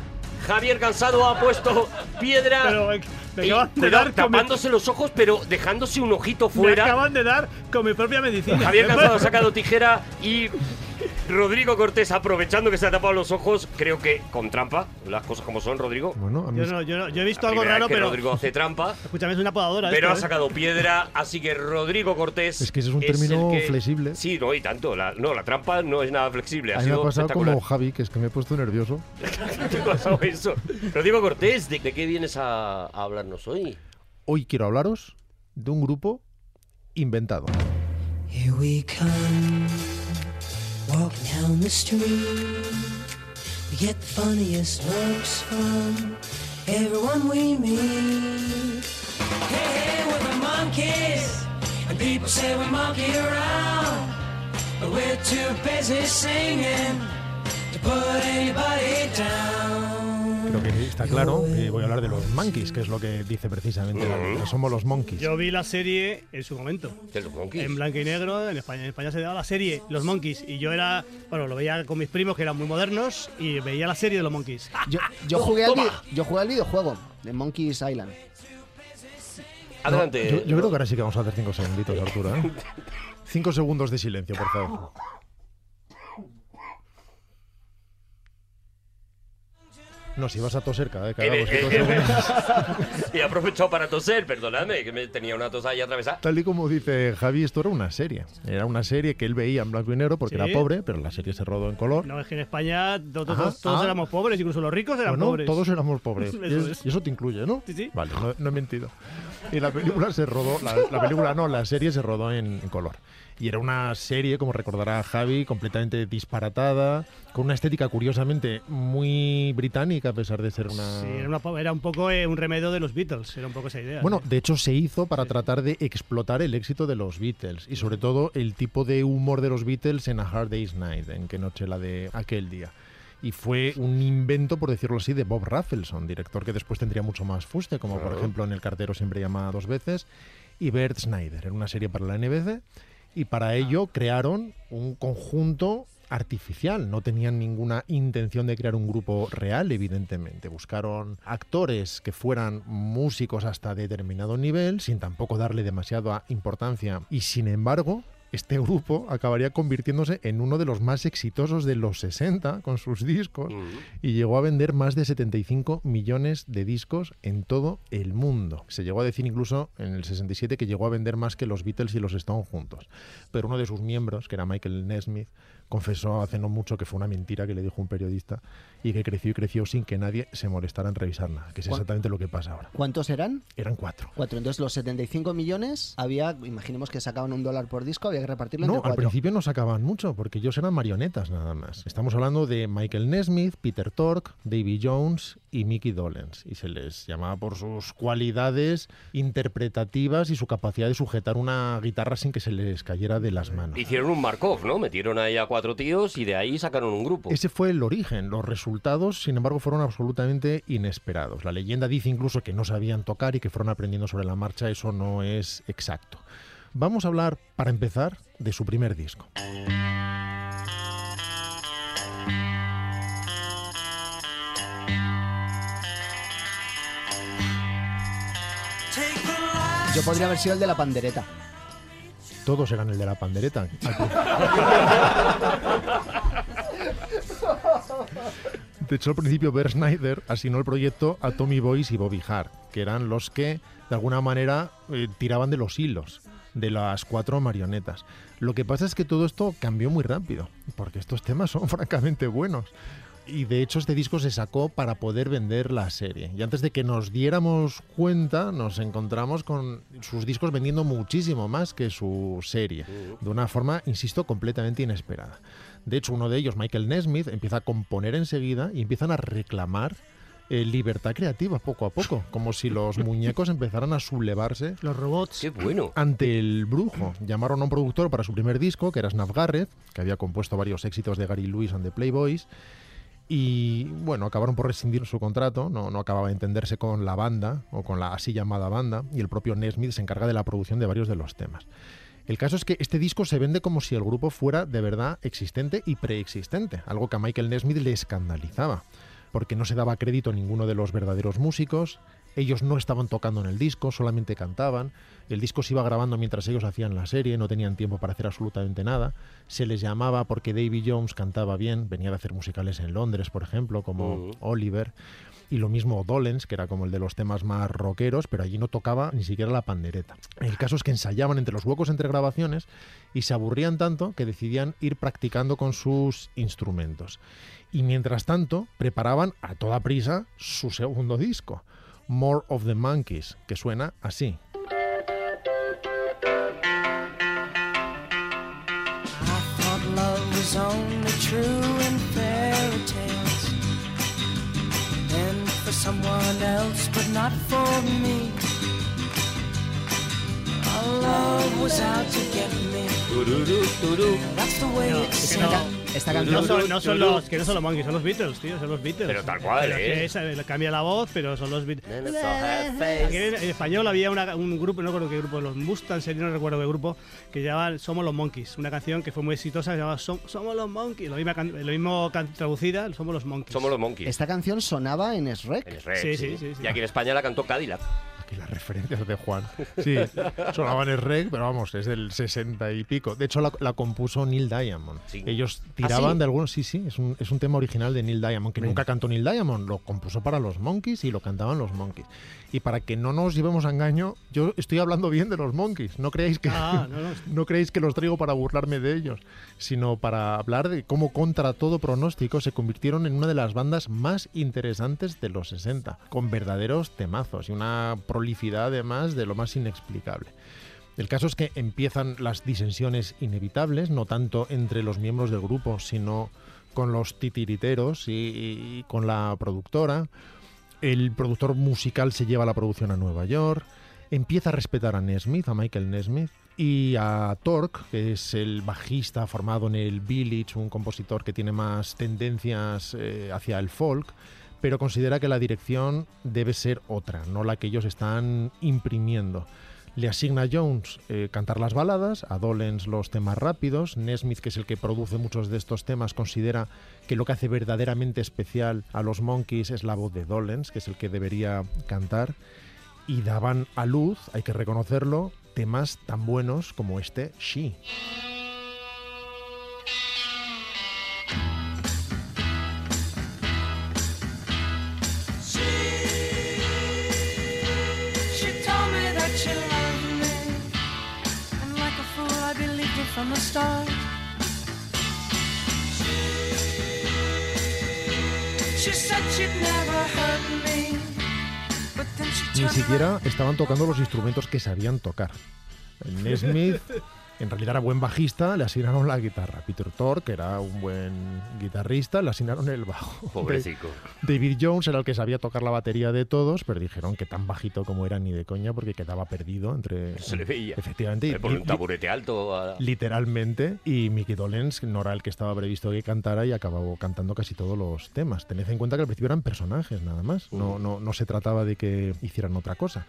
Javier Cansado ha puesto piedra. Pero, eh, me acaban de dar cuidado, con mi- tapándose los ojos, pero dejándose un ojito Me fuera. acaban de dar con mi propia medicina. [laughs] Javier Cansado ha sacado tijera y Rodrigo Cortés, aprovechando que se ha tapado los ojos, creo que con trampa, las cosas como son, Rodrigo. Bueno, Yo no, yo no, yo he visto La algo primera raro, vez que pero. Rodrigo hace trampa, Escúchame, es una podadora. pero esto, ha ¿eh? sacado piedra, así que Rodrigo Cortés. Es que ese es un el término que- flexible. Sí, no, y tanto. La, no, la trampa no es nada flexible. Ha A mí me ha sido pasado espectacular. como Javi, que es que me he puesto nervioso. [laughs] [laughs] ¿Qué pasó eso? Rodrigo Cortés, ¿de, de qué vienes a, a hablarnos hoy? Hoy quiero hablaros de un grupo inventado. Here we come, walking down the street. We get the funniest looks from everyone we meet. Hey, hey, we're the monkeys, and people say we monkey around. But we're too busy singing to put anybody down. Creo que está claro que voy a hablar de los monkeys, que es lo que dice precisamente la letra. Somos los monkeys. Yo vi la serie en su momento. ¿De los monkeys? Eh, En blanco y negro, en España. En España se daba la serie Los Monkeys. Y yo era. Bueno, lo veía con mis primos que eran muy modernos y veía la serie de los Monkeys. Yo, yo Ah, jugué, al, vi- yo jugué al videojuego de Monkey's Island. No, yo, yo creo que ahora sí que vamos a hacer cinco segunditos, Arturo. ¿eh? Cinco segundos de silencio, por favor. No, si vas a toser cada vez que Eh, hagamos eh, cinco eh, segundos. [laughs] Y aprovechó para toser, perdonadme, que me tenía una tos ahí atravesada. Tal y como dice Javi, esto era una serie. Era una serie que él veía en blanco y negro porque Sí. era pobre, pero la serie se rodó en color. No, es que en España to- to- Ajá, todos, todos ah. éramos pobres, incluso los ricos eran Bueno, pobres. todos éramos pobres. Y es- [laughs] y Eso eso, es. te incluye, ¿no? Sí, sí. Vale, no, no he mentido. Y la película se rodó, la, la película no, la serie se rodó en, en color. Y era una serie, como recordará Javi, completamente disparatada, con una estética curiosamente muy británica, a pesar de ser una... Sí, era, una po- era un poco eh, un remedio de los Beatles, era un poco esa idea. ¿eh? Bueno, sí. de hecho se hizo para tratar de explotar el éxito de los Beatles y sobre todo el tipo de humor de los Beatles en A Hard Day's Night, en Qué noche la de aquel día. Y fue un invento, por decirlo así, de Bob Rafelson, director que después tendría mucho más fuste, como por Claro. ejemplo en El cartero siempre llama dos veces, y Bert Snyder, en una serie para la NBC. Y para ello crearon un conjunto artificial, no tenían ninguna intención de crear un grupo real, evidentemente. Buscaron actores que fueran músicos hasta determinado nivel, sin tampoco darle demasiada importancia. Y sin embargo, este grupo acabaría convirtiéndose en uno de los más exitosos de los 60 con sus discos y llegó a vender más de 75 millones de discos en todo el mundo. Se llegó a decir incluso en el 67 que llegó a vender más que los Beatles y los Stones juntos. Pero uno de sus miembros, que era Michael Nesmith, confesó hace no mucho que fue una mentira que le dijo un periodista y que creció y creció sin que nadie se molestara en revisar nada, que es ¿Cuán- exactamente lo que pasa ahora. ¿Cuántos eran? Eran cuatro. Cuatro. Entonces los 75 millones había, imaginemos que sacaban un dólar por disco, había que repartirlo No, entre al cuatro. principio no sacaban mucho, porque ellos eran marionetas nada más. Estamos hablando de Michael Nesmith, Peter Tork, Davy Jones y Mickey Dolenz. Y se les llamaba por sus cualidades interpretativas y su capacidad de sujetar una guitarra sin que se les cayera de las manos. Hicieron un Markov, ¿no? Metieron ahí a cuatro tíos y de ahí sacaron un grupo. Ese fue el origen. Los resultados, sin embargo, fueron absolutamente inesperados. La leyenda dice incluso que no sabían tocar y que fueron aprendiendo sobre la marcha. Eso no es exacto. Vamos a hablar, para empezar, de su primer disco. Yo podría haber sido el de la pandereta. Todos eran el de la pandereta. De hecho, al principio, Bert Schneider asignó el proyecto a Tommy Boyce y Bobby Hart, que eran los que, de alguna manera, eh, tiraban de los hilos de las cuatro marionetas. Lo que pasa es que todo esto cambió muy rápido, porque estos temas son [laughs] francamente buenos. Y de hecho este disco se sacó para poder vender la serie. Y antes de que nos diéramos cuenta, nos encontramos con sus discos vendiendo muchísimo más que su serie. De una forma, insisto, completamente inesperada. De hecho, uno de ellos, Michael Nesmith, empieza a componer enseguida y empiezan a reclamar eh, libertad creativa poco a poco. Como si los muñecos empezaran a sublevarse Los robots. Qué bueno. ante el brujo. Llamaron a un productor para su primer disco, que era Snap Garrett, que había compuesto varios éxitos de Gary Lewis and the Playboys. Y bueno, acabaron por rescindir su contrato, no, no acababa de entenderse con la banda o con la así llamada banda, y el propio Nesmith se encarga de la producción de varios de los temas. El caso es que este disco se vende como si el grupo fuera de verdad existente y preexistente, algo que a Michael Nesmith le escandalizaba, porque no se daba crédito a ninguno de los verdaderos músicos, ellos no estaban tocando en el disco, solamente cantaban, el disco se iba grabando mientras ellos hacían la serie, no tenían tiempo para hacer absolutamente nada, se les llamaba porque Davy Jones cantaba bien, venía de hacer musicales en Londres, por ejemplo, como Oliver, y lo mismo Dolens, que era como el de los temas más rockeros, pero allí no tocaba ni siquiera la pandereta. El caso es que ensayaban entre los huecos entre grabaciones y se aburrían tanto que decidían ir practicando con sus instrumentos. Y mientras tanto, preparaban a toda prisa su segundo disco. More of the Monkeys, que suena así. Thought love was only true in fairy tales and for someone else, but not for me. Our love was out to get me. That's the way it que seemed. no, son, no son los que no son los monkeys, son los Beatles, tío, son los Beatles. Pero tal cual, Pero ¿eh? que esa- le cambia la voz, pero son los Beatles. Little soft face. Aquí en, en español había una- un grupo, no recuerdo qué grupo, los Mustangs, no recuerdo qué grupo, que llamaban Somos los Monkeys, una canción que fue muy exitosa, que llamaba Som- Somos los Monkeys, lo mismo, lo mismo can- traducida, Somos los Monkeys. Somos los monkeys. Esta canción sonaba en Shrek. En Shrek, Sí, sí. sí, sí, sí. Y aquí en España la cantó Cadillac. Las referencias de Juan. Sí, sonaban en reg, pero vamos, es del 60 y pico. De hecho, la, la compuso Neil Diamond. Ellos tiraban ¿Ah, sí? de algunos, sí, sí, es un, es un tema original de Neil Diamond, que nunca cantó Neil Diamond, lo compuso para los Monkeys y lo cantaban los Monkeys. Y para que no nos llevemos a engaño, yo estoy hablando bien de los Monkeys, no creéis que, Ah, no, no. no creéis que los traigo para burlarme de ellos, sino para hablar de cómo contra todo pronóstico se convirtieron en una de las bandas más interesantes de los 60, con verdaderos temazos y una prolicidad además de lo más inexplicable. El caso es que empiezan las disensiones inevitables, no tanto entre los miembros del grupo, sino con los titiriteros y- y- y con la productora. El productor musical se lleva la producción a Nueva York, empieza a respetar a Nesmith, a Michael Nesmith, y a Torque, que es el bajista formado en el Village, un compositor que tiene más tendencias eh, hacia el folk, pero considera que la dirección debe ser otra, no la que ellos están imprimiendo. Le asigna a Jones eh, cantar las baladas, a Dolens los temas rápidos, Nesmith, que es el que produce muchos de estos temas, considera que lo que hace verdaderamente especial a los Monkeys es la voz de Dolens, que es el que debería cantar, y daban a luz, hay que reconocerlo, temas tan buenos como este She. She, she told me that she loved me, and like a fool, I believed her from the start. She, she said she'd never hurt me, but then she Ni turned siquiera estaban tocando los instrumentos que sabían tocar. Nesmith, en realidad era buen bajista, le asignaron la guitarra. Peter Tork, que era un buen guitarrista, le asignaron el bajo. Pobrecico. David Jones era el que sabía tocar la batería de todos, pero dijeron que tan bajito como era ni de coña porque quedaba perdido entre... Se le veía. Efectivamente. Eh, por Li- un taburete alto. a- literalmente. Y Mickey Dolenz no era el que estaba previsto que cantara y acabó cantando casi todos los temas. Tened en cuenta que al principio eran personajes nada más, no, no, no se trataba de que hicieran otra cosa.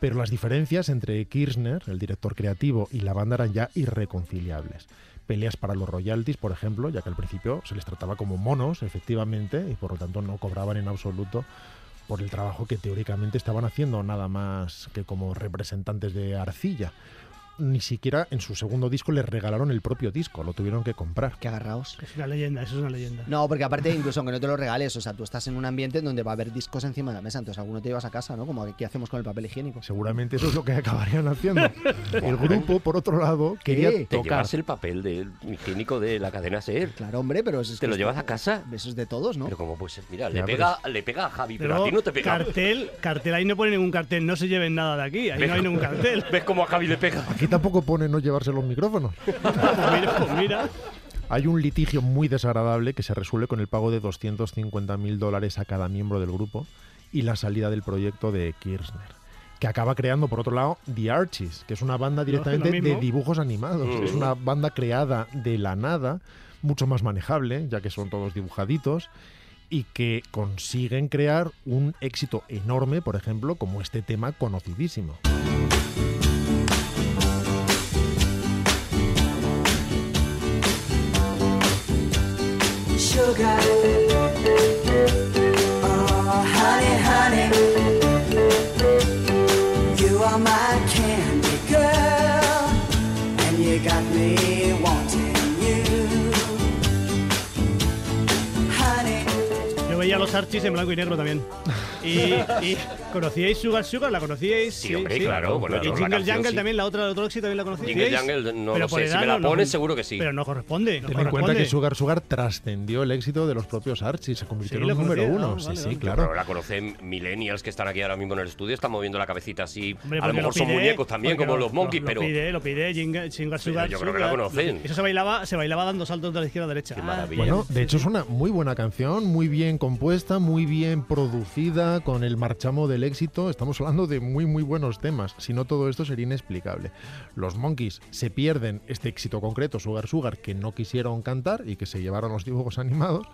Pero las diferencias entre Kirchner, el director creativo, y la banda eran ya irreconciliables. Peleas para los royalties, por ejemplo, ya que al principio se les trataba como monos, efectivamente, y por lo tanto no cobraban en absoluto por el trabajo que teóricamente estaban haciendo, nada más que como representantes de arcilla ni siquiera en su segundo disco les regalaron el propio disco, lo tuvieron que comprar. Que agarraos. Es una leyenda, eso es una leyenda. No, porque aparte, incluso aunque no te lo regales, o sea, tú estás en un ambiente en donde va a haber discos encima de la mesa, entonces alguno te llevas a casa, ¿no? Como aquí hacemos con el papel higiénico. Seguramente eso es lo que [laughs] acabarían haciendo. El grupo, por otro lado, quería ¿Qué? Te tocar. llevas el papel del higiénico de la cadena SER. Claro, hombre, pero es ¿Te lo llevas a casa? Eso es de todos, ¿no? Pero como pues, mira, le Ya, pero pega, le pega a Javi, pero, a ti no te pega. Cartel, cartel, ahí no pone ningún cartel, no se lleven nada de aquí, ahí no hay ningún cartel. [laughs] ¿Ves cómo a Javi le pega? Aquí tampoco pone no llevarse los micrófonos. mira, pues mira. Hay un litigio muy desagradable que se resuelve con el pago de 250 mil dólares a cada miembro del grupo y la salida del proyecto de Kirchner, que acaba creando, por otro lado, The Archies, que es una banda directamente lo mismo. de dibujos animados. Es una banda creada de la nada, mucho más manejable, ya que son todos dibujaditos. y que consiguen crear un éxito enorme, por ejemplo, como este tema conocidísimo. Sugar. Oh, honey, honey. You are my candy girl. And you got me wanting you. Honey. Yo veía los Archis en blanco y negro [laughs] también. Y, y- ¿conocíais Sugar Sugar? ¿La conocíais? Sí, hombre, claro, bueno, y la Jingle canción, Jungle sí. también, la otra, la otra Oxy también la conocíais. Jingle Jungle, no Pero lo por sé. Si edad me la no- no- pones, seguro que sí. Pero no corresponde. No Ten en cuenta corresponde. que Sugar Sugar trascendió el éxito de los propios Archie, se convirtió Sí, en lo un número conocía, uno. ¿no? sí, Vale, sí, vale. claro. Pero la conocen millennials que están aquí ahora mismo en el estudio, están moviendo la cabecita así. Hombre, a lo porque mejor son pide, muñecos también, porque como lo- los monkeys, lo- pero. Lo pide, lo pide, Jingle Jingle Sugar yo creo que la Sugar. conocen. Eso se bailaba, se bailaba dando saltos de la izquierda a la derecha. Ah, Bueno, de hecho es una muy buena canción, muy bien compuesta, muy bien producida, con el marchamo del éxito. Estamos hablando de muy, muy buenos temas. Si no, todo esto sería inexplicable. Los Monkeys se pierden este éxito concreto, Sugar Sugar, que no quisieron cantar y que se llevaron los dibujos [laughs] animados,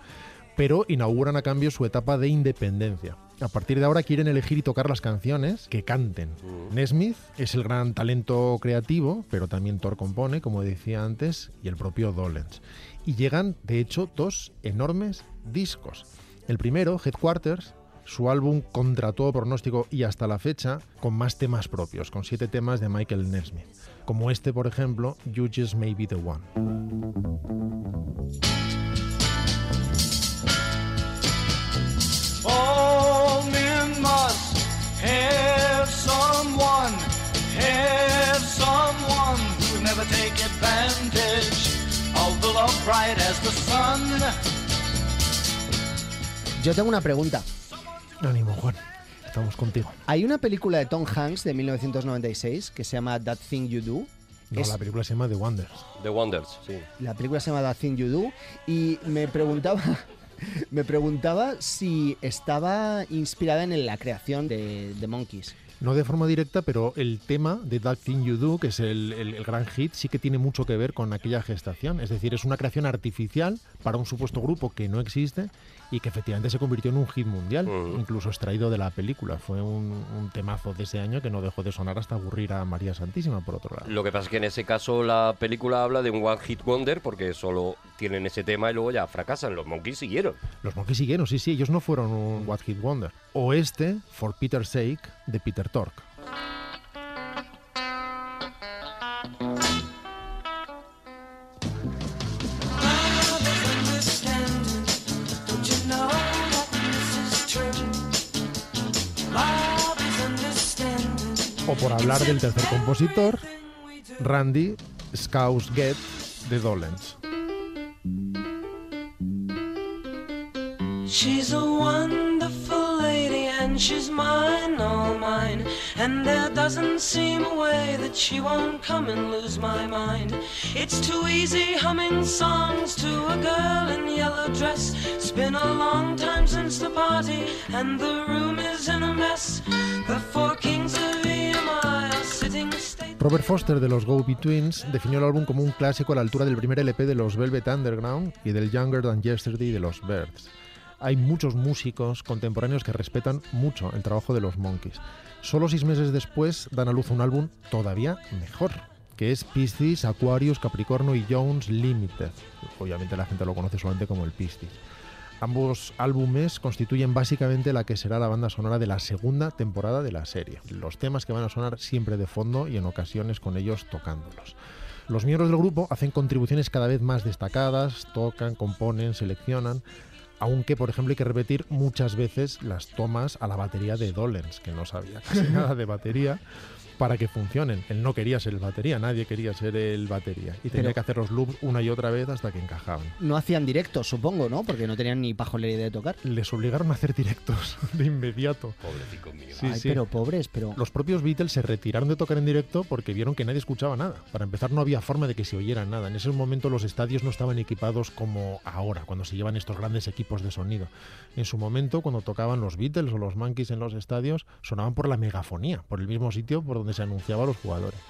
pero inauguran a cambio su etapa de independencia. A partir de ahora quieren elegir y tocar las canciones que canten. Nesmith es el gran talento creativo, pero también Thor compone, como decía antes, y el propio Dolenz. Y llegan, de hecho, dos enormes discos. El primero, Headquarters, su álbum contra todo pronóstico y hasta la fecha, con más temas propios, con siete temas de Michael Nesmith, como este, por ejemplo, You Just May Be the One. All men must have someone, have someone who will never take advantage of the love bright as the sun. Yo tengo una pregunta. Ánimo, Juan. Estamos contigo. Hay una película de Tom Hanks de 1996 que se llama That Thing You Do. No, Es- la película se llama The Wonders. The Wonders, sí. La película se llama That Thing You Do y me preguntaba, [laughs] me preguntaba si estaba inspirada en la creación de The Monkeys. No de forma directa, pero el tema de That Thing You Do, que es el, el- el gran hit, sí que tiene mucho que ver con aquella gestación. Es decir, es una creación artificial para un supuesto grupo que no existe y que efectivamente se convirtió en un hit mundial, incluso extraído de la película. Fue un, un temazo de ese año que no dejó de sonar hasta aburrir a María Santísima, por otro lado. Lo que pasa es que en ese caso la película habla de un One Hit Wonder porque solo tienen ese tema y luego ya fracasan. Los monkeys siguieron. Los Monkeys siguieron, sí, sí, ellos no fueron un What Hit Wonder. O este, For Peter's Sake, de Peter Tork. Understanding, don't you know that this is true? Love is understanding. O por hablar del tercer compositor, Randy Scousget de Dolenz. She's a wonderful lady and she's mine, all mine. And there doesn't seem a way that she won't come and lose my mind. It's too easy humming songs to a girl in yellow dress. It's been a long time since the party and the room is in a mess. The four kings of EMI are sitting stately. Robert Foster de los Go Betweens definió el álbum como un clásico a la altura del primer LP de los Velvet Underground y del Younger Than Yesterday de los Birds. Hay muchos músicos contemporáneos que respetan mucho el trabajo de los Monkeys. Solo seis meses después dan a luz un álbum todavía mejor, que es Piscis, Aquarius, Capricornio y Jones Limited. Obviamente la gente lo conoce solamente como el Piscis. Ambos álbumes constituyen básicamente la que será la banda sonora de la segunda temporada de la serie. Los temas que van a sonar siempre de fondo y en ocasiones con ellos tocándolos. Los miembros del grupo hacen contribuciones cada vez más destacadas, tocan, componen, seleccionan, aunque por ejemplo hay que repetir muchas veces las tomas a la batería de Dolens, que no sabía casi nada de batería, para que funcionen. Él no quería ser el batería, nadie quería ser el batería, y tenía Pero- que hacer los loops una y otra vez hasta que encajaban. No hacían directos, supongo, ¿no? Porque no tenían ni pajolera idea de tocar. Les obligaron a hacer directos [laughs] de inmediato. Pobrecito mío. Sí, Ay, sí. pero pobres, pero... Los propios Beatles se retiraron de tocar en directo porque vieron que nadie escuchaba nada. Para empezar, no había forma de que se oyera nada. En ese momento los estadios no estaban equipados como ahora, cuando se llevan estos grandes equipos de sonido. En su momento, cuando tocaban los Beatles o los Monkeys en los estadios, sonaban por la megafonía, por el mismo sitio por donde se anunciaba a los jugadores.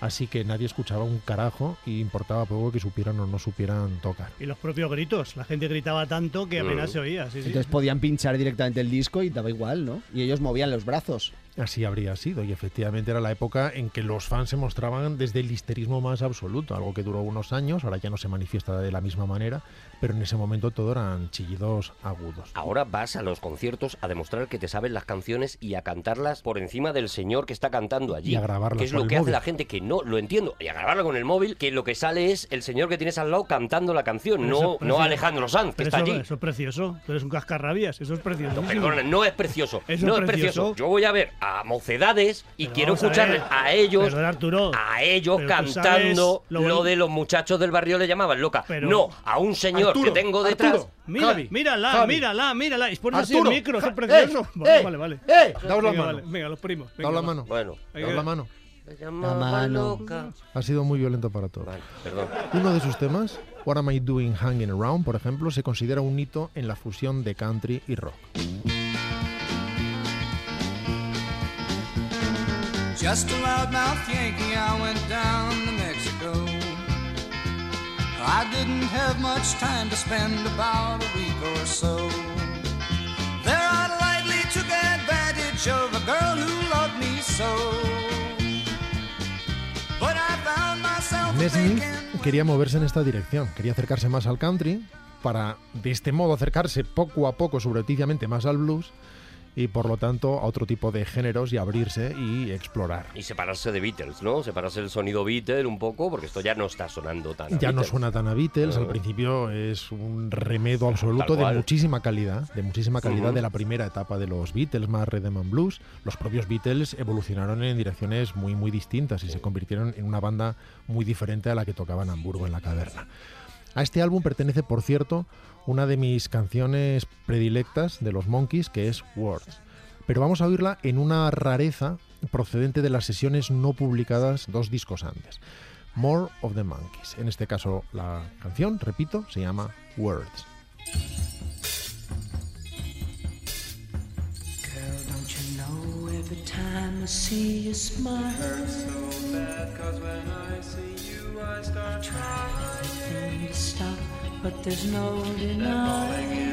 Así que nadie escuchaba un carajo y importaba poco que supieran o no supieran tocar. Y los propios gritos. La gente gritaba tanto que Mm. apenas se oía. Sí, sí. Entonces podían pinchar directamente el disco y daba igual, ¿no? Y ellos movían los brazos. Así habría sido, y efectivamente era la época en que los fans se mostraban desde el histerismo más absoluto, algo que duró unos años, ahora ya no se manifiesta de la misma manera, pero en ese momento todo eran chillidos agudos. Ahora vas a los conciertos a demostrar que te sabes las canciones y a cantarlas por encima del señor que está cantando allí. Y a grabarlas Que es con lo el que hace móvil. la gente que no lo entiendo. Y a grabarla con el móvil, que lo que sale es el señor que tienes al lado cantando la canción, Pero eso- no, pero no eso- Alejandro Sanz, que pero está eso, allí. Eso es precioso. Tú eres un cascarrabias. Eso es precioso. Perdona, no es precioso. Eso no es es precioso. precioso. Yo voy a ver a mocedades y Pero quiero vamos a escucharles ver. a, ellos. Perdona, Arturo. A ellos Pero tú cantando sabes lo, lo boni- de los muchachos del barrio le llamaban loca. Pero- No, a un señor Arturo, que tengo detrás. Arturo, Mira, Javi, mírala, Javi. mírala, mírala. Y pon así el Arturo, micro, eso es Ja- precioso. eh, vale, eh, vale, vale. eh, daos la Venga, mano. vale, Venga, los primos. Daos la mano. Bueno. Daos la mano. mano. Ha sido muy violento para todos. Perdón. Uno de sus temas, What Am I Doing Hanging Around, por ejemplo, se considera un hito en la fusión de country y rock. Just a loudmouth Yankee, I went down to Mexico. I didn't have much time to spend, about a week or so. There I lightly took advantage of a girl who loved me so. But I found myself Nesmith thinking. quería moverse en esta dirección, quería acercarse más al country para de este modo acercarse poco a poco subrepticiamente más al blues y por lo tanto a otro tipo de géneros y abrirse y explorar. Y separarse de Beatles, ¿no? Separarse del sonido Beatle un poco, porque esto ya no está sonando tan. a Ya no Beatles. suena tan a Beatles, al Mm. principio es un remedo absoluto Tal de cual. muchísima calidad, de muchísima calidad Ujú. de la primera etapa de los Beatles más Rhythm and Blues. Los propios Beatles evolucionaron en direcciones muy muy distintas y se convirtieron en una banda muy diferente a la que tocaba en Hamburgo en la caverna. A este álbum pertenece, por cierto, una de mis canciones predilectas de los Monkeys, que es Words. Pero vamos a oírla en una rareza procedente de las sesiones no publicadas dos discos antes. More of the Monkeys. En este caso, la canción, repito, se llama Words. Girl, don't you know every time I see you smile, everything to stop, but there's no denying.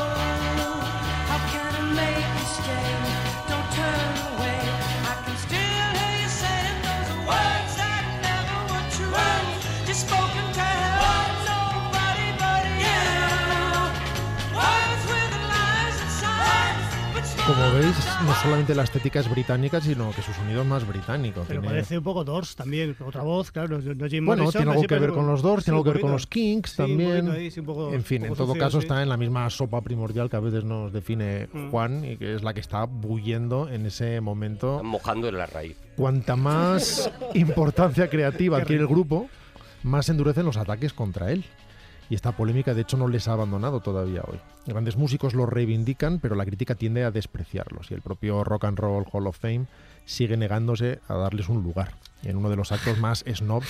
How can I make you stay? Don't turn away. I can still hear you saying those words that never were true. Just spoken to her. Words nobody but you. Words with the lies inside. But Como veis, no solamente la estética es británica, sino que su sonido es más británico. Pero Tiene- parece un poco Doors también, otra voz, claro. no- no Jim Bueno, Morrison, tiene algo así, que pero- ver con los dos, sí, tiene algo que un ver con poquito. los Kinks Sí, un poquito también. ahí, sí, un poco- en fin, un en poco todo sucio, caso sí. está en la misma sopa primordial que a veces nos define Mm. Juan y que es la que está bulliendo en ese momento. Están mojando en la raíz. Cuanta más importancia creativa adquiere el grupo, más se endurecen los ataques contra él. Y esta polémica, de hecho, no les ha abandonado todavía hoy. Grandes músicos los reivindican, pero la crítica tiende a despreciarlos. Y el propio Rock and Roll Hall of Fame sigue negándose a darles un lugar en uno de los actos más snob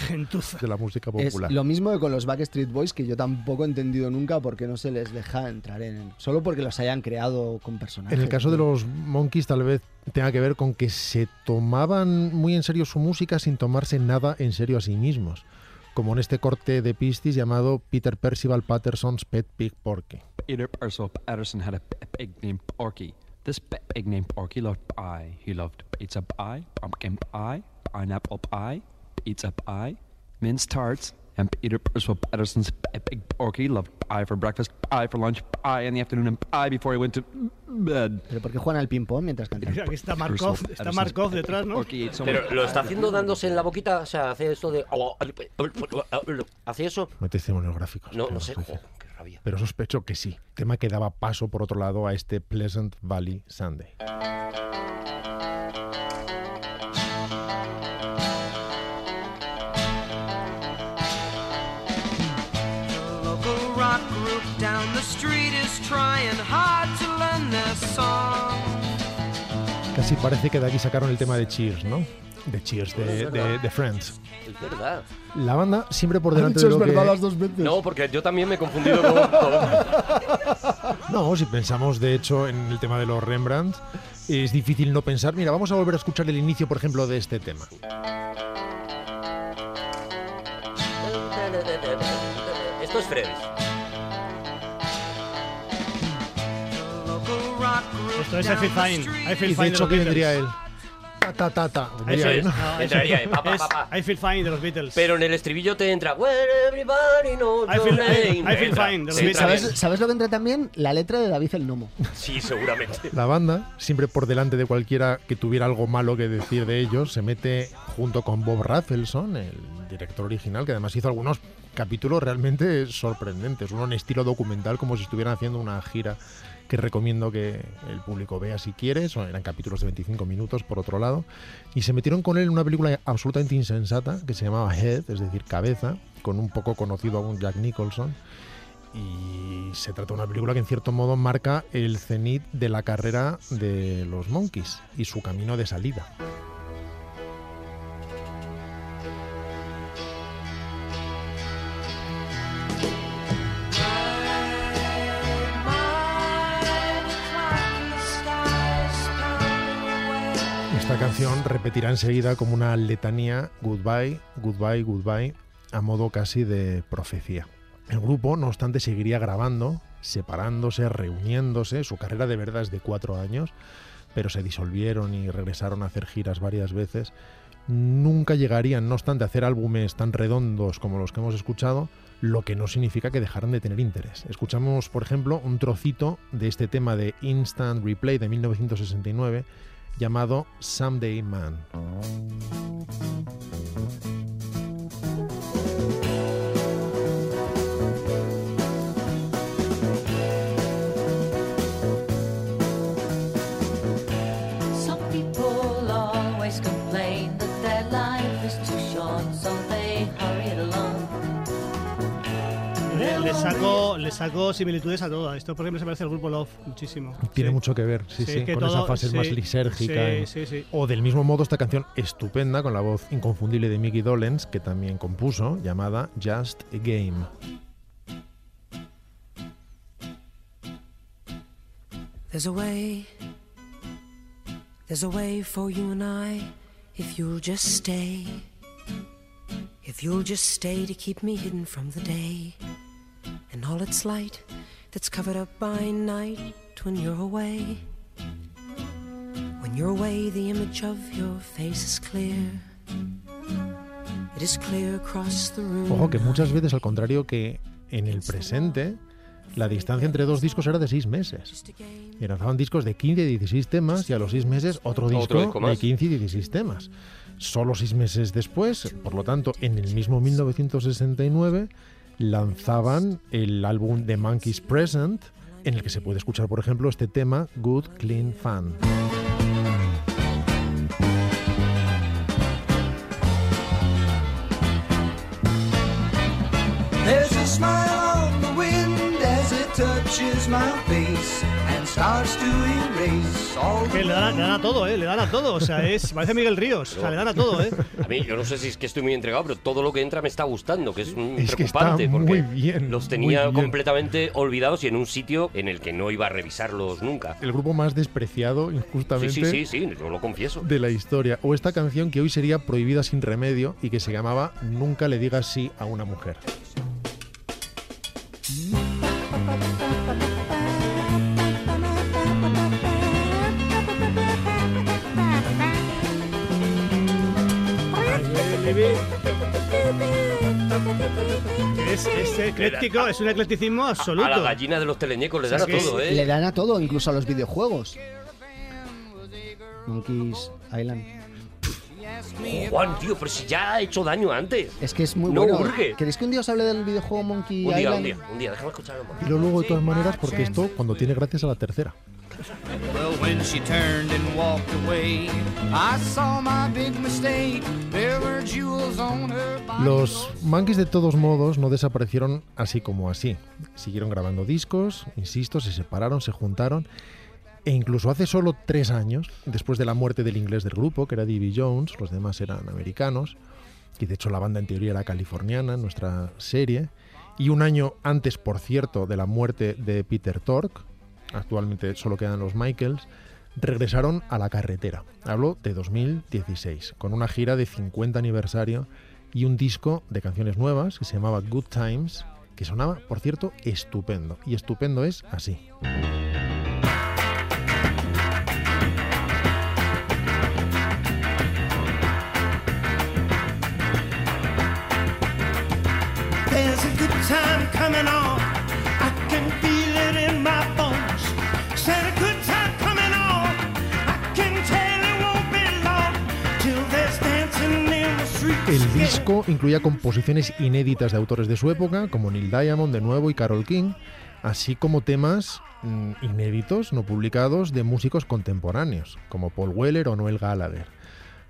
de la música Es popular. lo mismo que con los Backstreet Boys, que yo tampoco he entendido nunca por qué no se les deja entrar en... Solo porque los hayan creado con personajes. En el caso de los Monkeys tal vez tenga que ver con que se tomaban muy en serio su música sin tomarse nada en serio a sí mismos, como en este corte de Pistis llamado Peter Percival Patterson's Pet Pig Porky. Peter Purcell Patterson had a p- pig named Porky. This p- pig named Porky loved pie. He loved pizza pie, pumpkin pie, pineapple pie, pizza pie, mince tarts, and Peter Purcell Patterson's p- pig Porky loved pie for breakfast, pie for lunch, pie in the afternoon, and pie before he went to bed. Pero ¿por qué juegan al ping-pong mientras cantan? Aquí está Markov, está Markov detrás, ¿no? Pero lo ah, está haciendo dándose en la boquita, o sea, hace esto de. oh, Hace eso. Metiste en los gráficos. No, qué no sé. vergüenza. jo, qué rabia. Pero sospecho que sí. Tema que daba paso, por otro lado, a este Pleasant Valley Sunday. local rock group down the street is trying hard to learn their song. Casi parece que de aquí sacaron el tema de Cheers, ¿no? de Cheers, de, de- de Friends. Es verdad. La banda siempre por delante dicho de es lo verdad que... las dos veces. No, porque yo también me he confundido con. con- No, si pensamos de hecho en el tema de los Rembrandt, es difícil no pensar. Mira, vamos a volver a escuchar el inicio, por ejemplo, de este tema. Esto es Freddy. Esto es I Feel Fine. I Feel Fine Y de de hecho, los ¿qué Beatles. vendría él? Ta, ta, ta, ta. Vendría Eso él, es, ¿no? no, eso Entraría ahí, pa, pa, es. pa, I Feel Fine de los Beatles. Pero en el estribillo te entra. Well, everybody knows I feel- your name". I feel Entra, fine, de los te entra ¿Sabes, bien. sabes lo que entra también? La letra de David el Nomo. Sí, seguramente. [laughs] La banda, siempre por delante de cualquiera que tuviera algo malo que decir de ellos, se mete junto con Bob Rafelson, el director original, que además hizo algunos capítulos realmente sorprendentes, uno en estilo documental, como si estuvieran haciendo una gira que recomiendo que el público vea si quiere, son- eran capítulos de 25 minutos por otro lado, y se metieron con él en una película absolutamente insensata que se llamaba Head, es decir, Cabeza, con un poco conocido aún Jack Nicholson, y se trata de una película que en cierto modo marca el cenit de la carrera de los Monkeys y su camino de salida. Esta canción repetirá enseguida como una letanía Goodbye, Goodbye, Goodbye, a modo casi de profecía. El grupo, no obstante, seguiría grabando, separándose, reuniéndose. Su carrera de verdad es de cuatro años, pero se disolvieron y regresaron a hacer giras varias veces. Nunca llegarían, no obstante, a hacer álbumes tan redondos como los que hemos escuchado, lo que no significa que dejaran de tener interés. Escuchamos, por ejemplo, un trocito de este tema de Instant Replay de 1969 llamado Someday Man. Some people always complain that their life is too short, so they hurry it along. Le, le saco, le saco similitudes a todo. Esto, por ejemplo, se parece al grupo Love muchísimo. Tiene mucho que ver, sí, Sí, sí, que con todo- esa fase sí, más lisérgica. sí, ¿eh? sí, sí. O del mismo modo esta canción estupenda con la voz inconfundible de Mickey Dolenz, que también compuso, llamada Just a Game. There's a way, there's a way for you and I if you'll just stay. If you'll just stay to keep me hidden from the day and all its light that's covered up by night when you're away. When you're away, the image of your face is clear. It is clear across the room. Ojo que muchas veces, al contrario que en el presente, la distancia entre dos discos era de seis meses. Y lanzaban discos de 15 y 16 temas y a los seis meses otro Otro disco, disco más. de 15 y 16 temas. Solo seis meses después, por lo tanto, en el mismo 1969, lanzaban el álbum The Monkeys Present, en el que se puede escuchar, por ejemplo, este tema, Good Clean Fun. There's a smile on the wind as it touches my face and starts to erase all Que le dan, a, le dan a todo, ¿eh? Le dan a todo. O sea, es, parece Miguel Ríos. O sea, le dan a todo, ¿eh? A mí, yo no sé si es que estoy muy entregado, pero todo lo que entra me está gustando, que es un Es que está preocupante. porque muy bien. los muy tenía bien. completamente olvidados y en un sitio en el que no iba a revisarlos nunca. El grupo más despreciado, Sí, injustamente. sí, sí, sí, yo lo confieso. de la historia. O esta canción que hoy sería prohibida sin remedio y que se llamaba Nunca le digas sí a una mujer. Es, es ecléctico, es un eclecticismo absoluto. A la gallina de los teleñecos le O sea dan a que- todo, ¿eh? Le dan a todo, incluso a los videojuegos. Monkeys Island. Juan, tío, pero si ya ha hecho daño antes. Es que es muy No bueno. urge. ¿Queréis que un día os hable del videojuego Monkey Un día, Island? un día, un día, déjame escucharlo. por favor. Pero luego de todas maneras, porque esto cuando tiene gracias a la tercera. Well, when she turned and walked away, I saw my big mistake. There were jewels on her body. Los Monkeys de todos modos no desaparecieron así como así. Siguieron grabando discos, insisto, se separaron, se juntaron E incluso hace solo tres años, después de la muerte del inglés del grupo, que era D.B. Jones, los demás eran americanos, y de hecho la banda en teoría era californiana en nuestra serie, y un año antes, por cierto, de la muerte de Peter Tork, actualmente solo quedan los Michaels, regresaron a la carretera. Hablo de 2016, con una gira de 50 aniversario y un disco de canciones nuevas que se llamaba Good Times, que sonaba, por cierto, estupendo. Y estupendo es así. There's a good time coming on. I can feel it in my bones. Said a good time coming on. I can tell it won't be long till there's dancing in the streets. El disco incluía composiciones inéditas de autores de su época, como Neil Diamond de nuevo y Carol King, así como temas mm, inéditos, no publicados, de músicos contemporáneos, como Paul Weller o Noel Gallagher.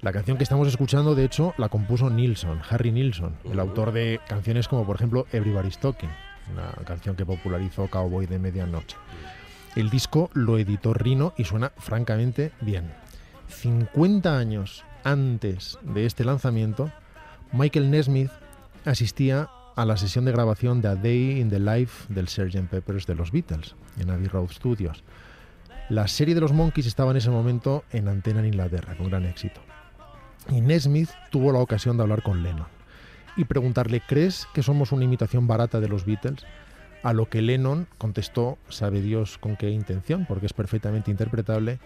La canción que estamos escuchando, de hecho, la compuso Nilsson, Harry Nilsson, el autor de canciones como, por ejemplo, Everybody's Talking, una canción que popularizó Cowboy de Medianoche. El disco lo editó Rino y suena francamente bien. 50 años antes de este lanzamiento, Michael Nesmith asistía a la sesión de grabación de A Day in the Life del Sgt. Peppers de los Beatles en Abbey Road Studios. La serie de los Monkeys estaba en ese momento en antena en Inglaterra con gran éxito. Y Nesmith tuvo la ocasión de hablar con Lennon y preguntarle, ¿crees que somos una imitación barata de los Beatles? A lo que Lennon contestó, sabe Dios con qué intención, porque es perfectamente interpretable,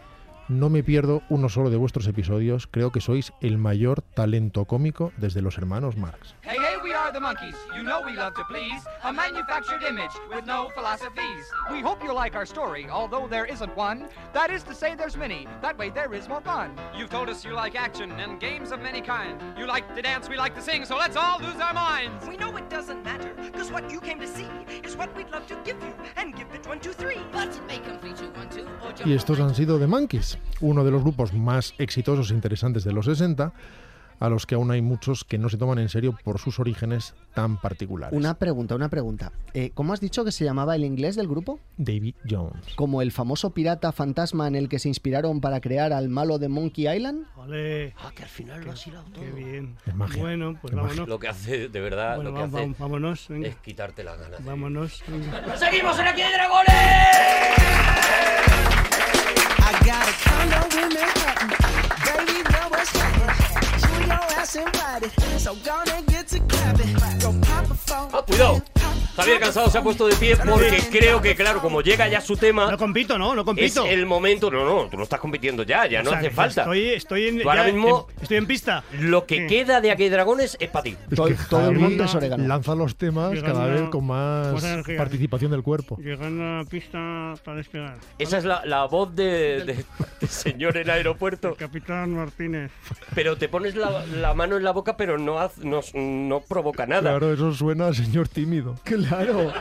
no me pierdo uno solo de vuestros episodios, creo que sois el mayor talento cómico desde los hermanos Marx. Hey, hey, we are the monkeys. You know we love to please. A manufactured image with no philosophies. We hope you like our story, although there isn't one. That is to say, there's many. That way, there is more fun. You've told us you like action and games of many kind. You like to dance, we like to sing, so let's all lose our minds. We know it doesn't matter, because what you came to see is what we'd love to give you, and give it one, two, three. But make them feature one, two, or Y estos han sido The Monkeys, uno de los grupos más exitosos e interesantes de los 60, a los que aún hay muchos que no se toman en serio por sus orígenes tan particulares. Una pregunta, una pregunta. Eh, ¿Cómo has dicho que se llamaba el inglés del grupo? David Jones. ¿Como el famoso pirata fantasma en el que se inspiraron para crear al malo de Monkey Island? Vale. Ah, que al final lo has hilado Qué bien. magia. Bueno, pues vámonos. Lo que hace, de verdad, Bueno, lo que va- hace va- vámonos, venga. es quitarte las ganas. de Vámonos. venga. ¡Seguimos en Aquí hay Dragones! I got a condo in Manhattan. Baby, that was happening. You your ass invited. So gonna get to clapping. Go pop a phone. ¡Ah, Cuidado. Javier Cansado se ha puesto de pie porque creo que, claro, como llega ya su tema. No compito, no, no compito. Es el momento. No, no, tú no estás compitiendo ya, ya O no sea, hace que falta. Estoy, estoy en, Tú ahora ya, mismo- em, estoy en pista. Lo que queda de Aquí hay Dragones es para ti. Todo, todo el mundo es orégano. Lanza los temas Llegando- cada vez con más Buenas energías. participación del cuerpo. Llegando a la pista para despegar. Esa es la, la voz de, de- de señor en el aeropuerto. Capitán Martínez. Pero te pones la, la mano en la boca, pero no, haz- no, no provoca nada. Claro, eso suena a señor tímido. Claro.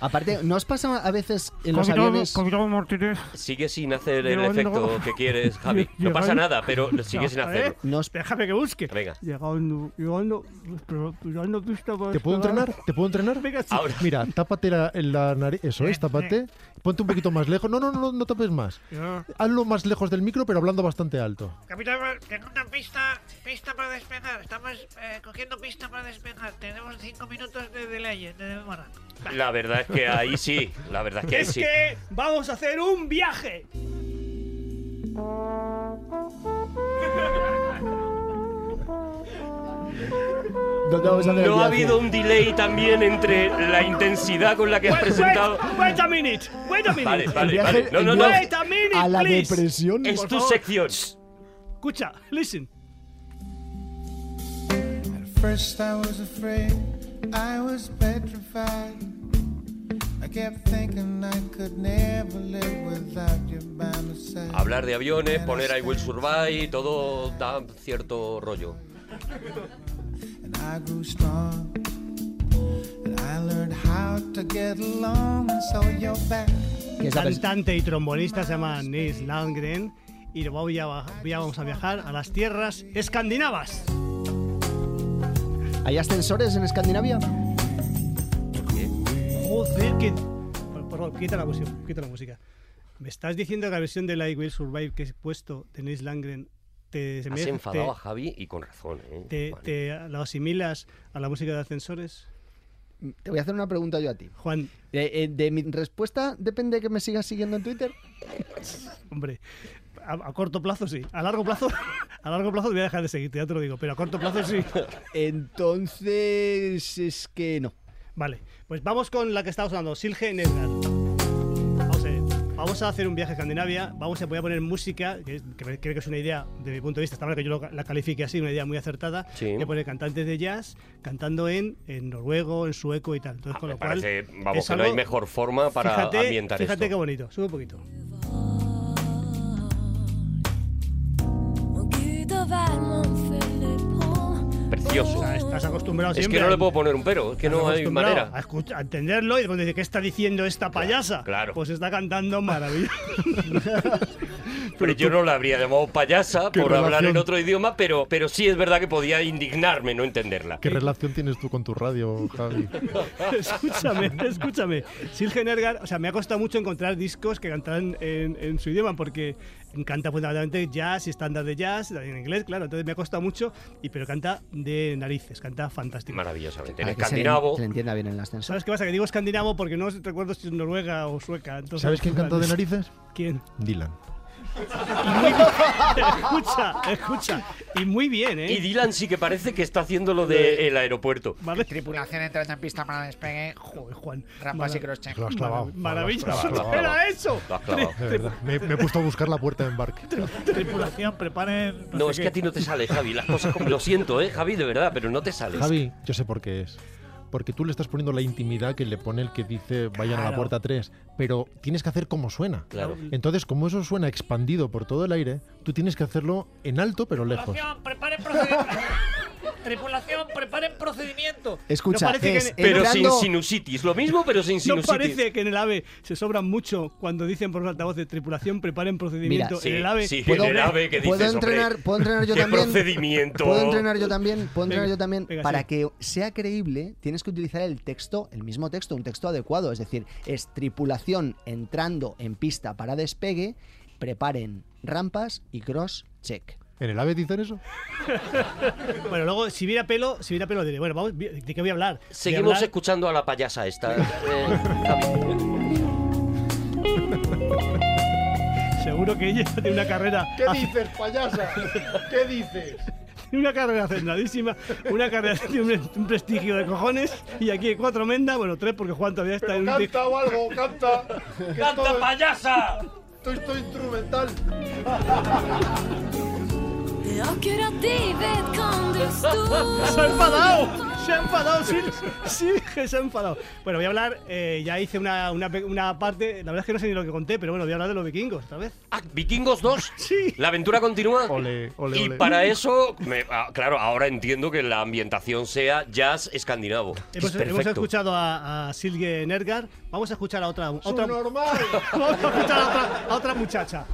Aparte, ¿no os pasa a veces en los Capitán- aviones? Martínez. Sigue sin hacer el Llegando- efecto que quieres, Javi. No Llegando- pasa nada, pero sigue sin No, hacerlo. ¿eh? Déjame que busque. Venga. Llegando, llegando, pero- llegando a pista para ¿Te puedo despegar. entrenar? ¿Te puedo entrenar? Venga, sí. [laughs] Mira, tápate la, la nariz. Eso es, tápate. Ponte un poquito más lejos. No, no, no, no tapes más. Ya. Hazlo más lejos del micro, pero hablando bastante alto. Capitán, tengo una pista, pista para despegar. Estamos eh, cogiendo pista para despegar. Tenemos cinco minutos de delay, de demora. La verdad es que ahí sí. La verdad es que ahí Es sí. que vamos a hacer un viaje. No ha habido un delay también entre la intensidad con la que has Wait, presentado. Wait, wait a minute. Wait a minute. Vale, vale, El viaje- vale. No, el no, no. viaje Wait a minute, a la please. depresión. Es Por tu favor. sección. Escucha, listen. First, I was afraid, I was petrified. I kept thinking I could never live without you by my side. Hablar de aviones, poner I Will Survive, todo da cierto rollo. And I grew strong. And I learned how to get along, and so you're back. El cantante y trombonista se llama Nils Landgren y luego voy a baja- ya vamos a viajar a las tierras escandinavas. ¿Hay ascensores en Escandinavia? Joder, que... Por, por favor, quita la música. Quita la música. ¿Me estás diciendo que la versión de Light Will Survive que he puesto de Nils Langren te, se me- Has te- enfadado a Javi y con razón, ¿eh? te, Vale. te- lo asimilas a la música de ascensores? Te voy a hacer una pregunta yo a ti. Juan. De, eh, de mi respuesta depende de que me sigas siguiendo en Twitter. Hombre, a, a corto plazo sí. A largo plazo, [laughs] a largo plazo te voy a dejar de seguirte, ya te lo digo, pero a corto plazo sí. Entonces es que no. Vale, pues vamos con la que estamos hablando, Silge Nedgar. Vamos a, ver, vamos a hacer un viaje a Escandinavia, vamos a, voy a poner música, que, es- que me- creo que es una idea, de mi punto de vista, está mal que yo lo ca- la califique así, una idea muy acertada. Sí. Voy a poner cantantes de jazz cantando en, en noruego, en sueco y tal. Entonces, con Ah, Me lo cual, parece, vamos, es que no hay algo- mejor forma para fíjate, ambientar Fíjate qué esto. bonito, sube un poquito. Gud och värmen fyller på Precioso. Estás acostumbrado Es siempre que no le a- puedo poner un pero, es que Estás no hay acostumbrado manera. A, escu- a entenderlo y cuando dice, ¿qué está diciendo esta payasa? claro. Pues está cantando [laughs] maravilla. Pero yo no la habría llamado payasa ¿Qué por hablar en relación? otro idioma, pero, pero sí es verdad que podía indignarme no entenderla. ¿Qué relación tienes tú con tu radio, [laughs] Javi? [laughs] escúchame, escúchame. Silgen Ergar, o sea, me ha costado mucho encontrar discos que cantaran en, en su idioma porque canta fundamentalmente jazz y estándar de jazz, en inglés, claro. Entonces me ha costado mucho, y, pero canta de narices, canta fantástico. Maravillosamente. En Para que se le- escandinavo. Se le entienda bien en el ascensor. ¿Sabes qué pasa? Que digo escandinavo porque no recuerdo si es noruega o sueca. entonces- ¿Sabes quién cantó de narices? ¿Quién? [laughs] Dylan. escucha, escucha. Y muy bien, ¿eh? Y Dylan sí que parece que está haciendo lo del aeropuerto. Tripulación entra en pista para despegue. Joder, Juan. Rampas y crosscheck. Lo has clavado. Maravilloso. Lo has clavado. ¡Era eso! Lo has [laughs] clavado. De verdad, Me, me he puesto a buscar la puerta de [laughs] embarque. Tripulación, preparen. No, es que a ti no te sale, Javi. Las cosas como... Lo siento, ¿eh, Javi? De verdad, pero no te sales. Javi, yo sé por qué es. Porque tú le estás poniendo la intimidad que le pone el que dice vayan a Claro. la puerta 3, pero tienes que hacer como suena. Claro. Entonces, como eso suena expandido por todo el aire, tú tienes que hacerlo en alto pero lejos. Tripulación, preparen procedimiento. [laughs] Tripulación, preparen procedimiento. Escucha, No parece que es- en- Pero entrando- sin sinusitis. Lo mismo, pero sin ¿No sinusitis. parece que en el AVE se sobran mucho cuando dicen por los altavoces tripulación, preparen procedimiento? Mira, sí, en el AVE, sí, ¿Puedo- en el AVE que ¿puedo dices, entrenar- hombre, puedo entrenar yo ¿qué también? procedimiento? Puedo entrenar yo también, puedo entrenar Venga, yo también. venga, Para sí. que sea creíble, tienes que utilizar el texto, el mismo texto, un texto adecuado. Es decir, es tripulación entrando en pista para despegue, preparen rampas y cross check. ¿En el AVE dicen eso? Bueno, luego, si viera pelo, si viera pelo, diré, bueno, vamos, ¿de qué voy a hablar? Voy a Seguimos hablar- escuchando a la payasa esta. eh, Seguro que ella tiene una carrera. ¿Qué Ah. dices, payasa? ¿Qué [laughs] dices? Tiene una carrera centradísima, una carrera tiene un, un prestigio de cojones y aquí hay cuatro mendas, bueno, tres porque Juan todavía está en un tic- Canta o algo, canta. Que [laughs] ¡Canta, esto es- payasa! Esto es todo instrumental. Akkurat de vet kan du stå [laughs] Se ha enfadado, se ha enfadado, sí, sí, que se ha enfadado. Bueno, voy a hablar, eh, ya hice una, una, pe- una parte, la verdad es que no sé ni lo que conté, pero bueno, voy a hablar de los vikingos, otra vez. Ah, Vikingos 2. La aventura continúa. ole, y ole. para eso, me- ah, claro, ahora entiendo que la ambientación sea jazz escandinavo. que Hemos, es hemos perfecto. escuchado a, a Silge Nergar, vamos a escuchar a otra, otra, normal. vamos a escuchar a otra, a otra muchacha.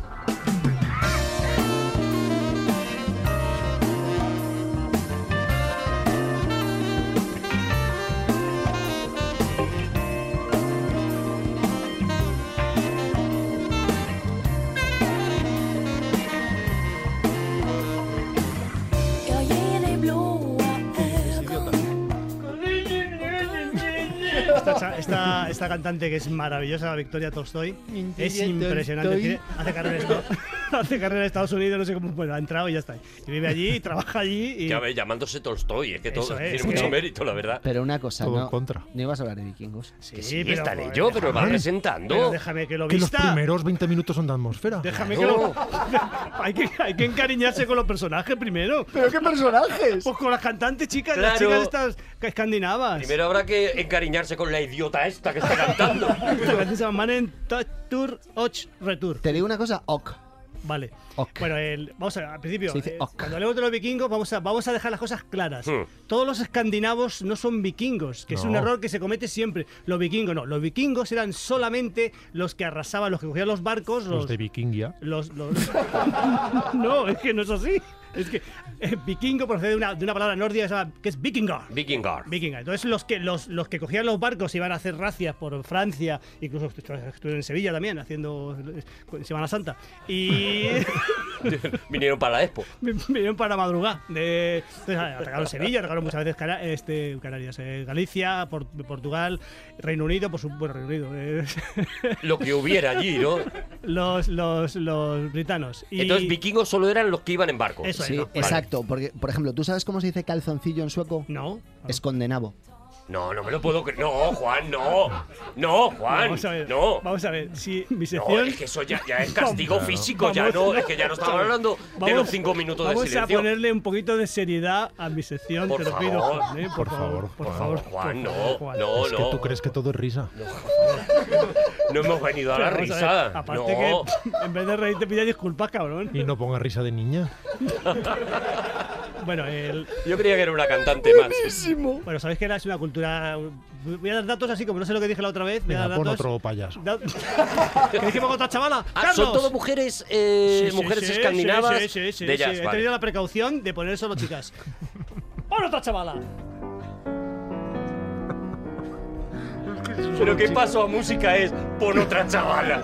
Jag ger dig blåa ögon Esta, cha- esta- esta cantante que es maravillosa, Victoria Tolstoy, es impresionante. Tiene- hace, carrera en Estados, [laughs] hace carrera en Estados Unidos, no sé cómo, bueno, ha entrado y ya está. Y vive allí, y trabaja allí y... Ya ves, llamándose Tolstoy, es que todo Eso es, tiene es mucho que- mérito, la verdad. Pero una cosa, Todo en no, no ibas a hablar de vikingos. Que sí, estaré yo, pero va presentando. Pero déjame que lo Que los vista. primeros 20 minutos son de atmósfera. Déjame que lo... [laughs] hay, que, hay que encariñarse con los personajes primero. ¿Pero qué personajes? Pues con las cantantes chicas, las chicas Claro. estas escandinavas. Primero habrá que encariñarse con la idiota esta que está [laughs] cantando. Esta canción se llama Manen Tour Och Retour. Te digo una cosa, ok. Vale. Bueno, el- vamos a, al principio. Se dice eh, ok. cuando hablemos de los vikingos, vamos a, vamos a dejar las cosas claras. Hmm. Todos los escandinavos no son vikingos, que es un No. error que se comete siempre. Los vikingos no. Los vikingos eran solamente los que arrasaban, los [laughs] que cogían los barcos, los, Los de Vikingia. los- los- no, es que no es así. Es que eh, vikingo procede de una, de una palabra nórdica que se llama- que es vikingar. Vikingar. Vikinga. Entonces los que los, los que cogían los barcos y iban a hacer racias por Francia, incluso estu- estu- estuvieron en Sevilla también haciendo eh, con Semana Santa y [laughs] Vinieron para la Expo. vinieron para madrugar. De, entonces, ah, atacaron Sevilla, atacaron muchas veces Cana- este, Canarias, eh, Galicia, Por- Portugal, Reino Unido, por supuesto, Reino Unido. eh, [laughs] Lo que hubiera allí, ¿no? los, los, los britanos. Y Entonces, vikingos solo eran los que iban en barco. Sí, exacto. Porque, por ejemplo, ¿tú sabes cómo se dice calzoncillo en sueco? No. Es condenabo. No, no me lo puedo creer. No, Juan, no. No, Juan. Vamos a ver, No. vamos a ver, si mi No, sección... es que eso ya, ya es castigo Vamos- físico, ya no, es que ya no estamos hablando de Vamos- los cinco minutos de Vamos silencio. a ponerle un poquito de seriedad a mi sección, Por te lo pido, favor. Juan, ¿eh? por, favor, por favor. Juan, por no, favor, Juan. no, es no. que tú crees que todo es risa. No hemos venido a la Pero vamos a risa. ver, aparte que [laughs] en vez de reírte pide disculpas, cabrón. Y no ponga risa de niña. Bueno, el... Yo creía que era una cantante más. Bueno, sabéis que era es una cultura... Voy a dar datos así, como no sé lo que dije la otra vez. Voy a Venga, dar pon datos... otro payaso. Da- [laughs] ¿Queréis que ponga otra chavala? Ah, ¡Carlos! son todo mujeres, eh, mujeres escandinavas Sí, sí, sí, de sí. jazz, He vale. tenido la precaución de poner solo [laughs] chicas. ¡Pon otra chavala! más. Pero qué paso a música es pon otra chavala.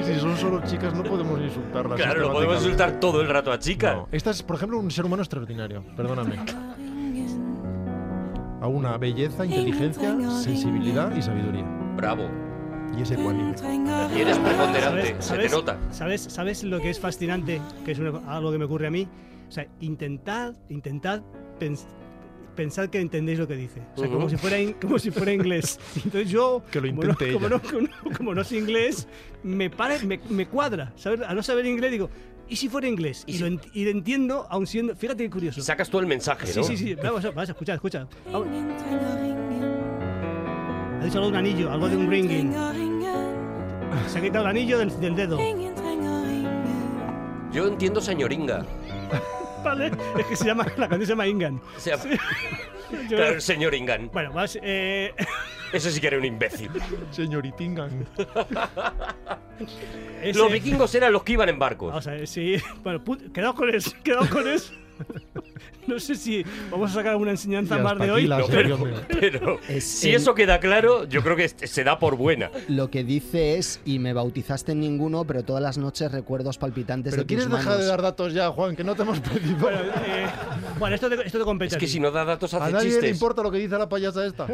Y si son solo chicas, no podemos insultarlas. Claro, lo podemos sistemáticamente. insultar todo el rato a chicas. Esta es, por ejemplo, un ser humano extraordinario, perdóname. A una belleza, inteligencia, sensibilidad y sabiduría. Bravo. Y es ecuánime. Y eres preponderante, ¿Sabes- se sabes- te nota. ¿sabes, ¿Sabes lo que es fascinante? Que es una- algo que me ocurre a mí. O sea, intentad, intentad pens- pensar que entendéis lo que dice. O sea, como, Ujú. si fuera in- como si fuera inglés. Entonces yo, Que lo como no, intente como ella. no- como no- como no es inglés, me, pare, me, me cuadra. ¿sabes? A no saber inglés digo, ¿y si fuera inglés? Y, lo, ent- y lo entiendo aún siendo... Fíjate qué curioso. Sacas tú el mensaje, Sí, ¿no? sí, sí. Vamos, vamos, escucha, escucha. Vamos. Ha dicho algo de un anillo, algo de un ringing. Se ha quitado el anillo del, del dedo. [laughs] Yo entiendo señoringa. Vale, es que se llama, la canción se llama Ingan. O sea, Yo- claro, señoringan. Bueno, vas. Eh, [laughs] Eso sí que era un imbécil. Señoritingan. ese- Los vikingos eran los que iban en barcos. O sea, sí. [laughs] Bueno, put- quedaos con eso, [laughs] quedaos con eso. No sé si vamos a sacar alguna enseñanza más de hoy. No, pero, pero si eso queda claro, yo creo que este- se da por buena. Lo que dice es, y me bautizaste en ninguno, pero todas las noches recuerdos palpitantes Pero de tus quieres dejar de manos. dar datos ya, Juan, que no te hemos pedido. eh, Bueno, esto te, esto te compete. Es que a ti. si [laughs] no da datos a hace nadie le chistes. importa lo que dice la payasa [laughs] esta.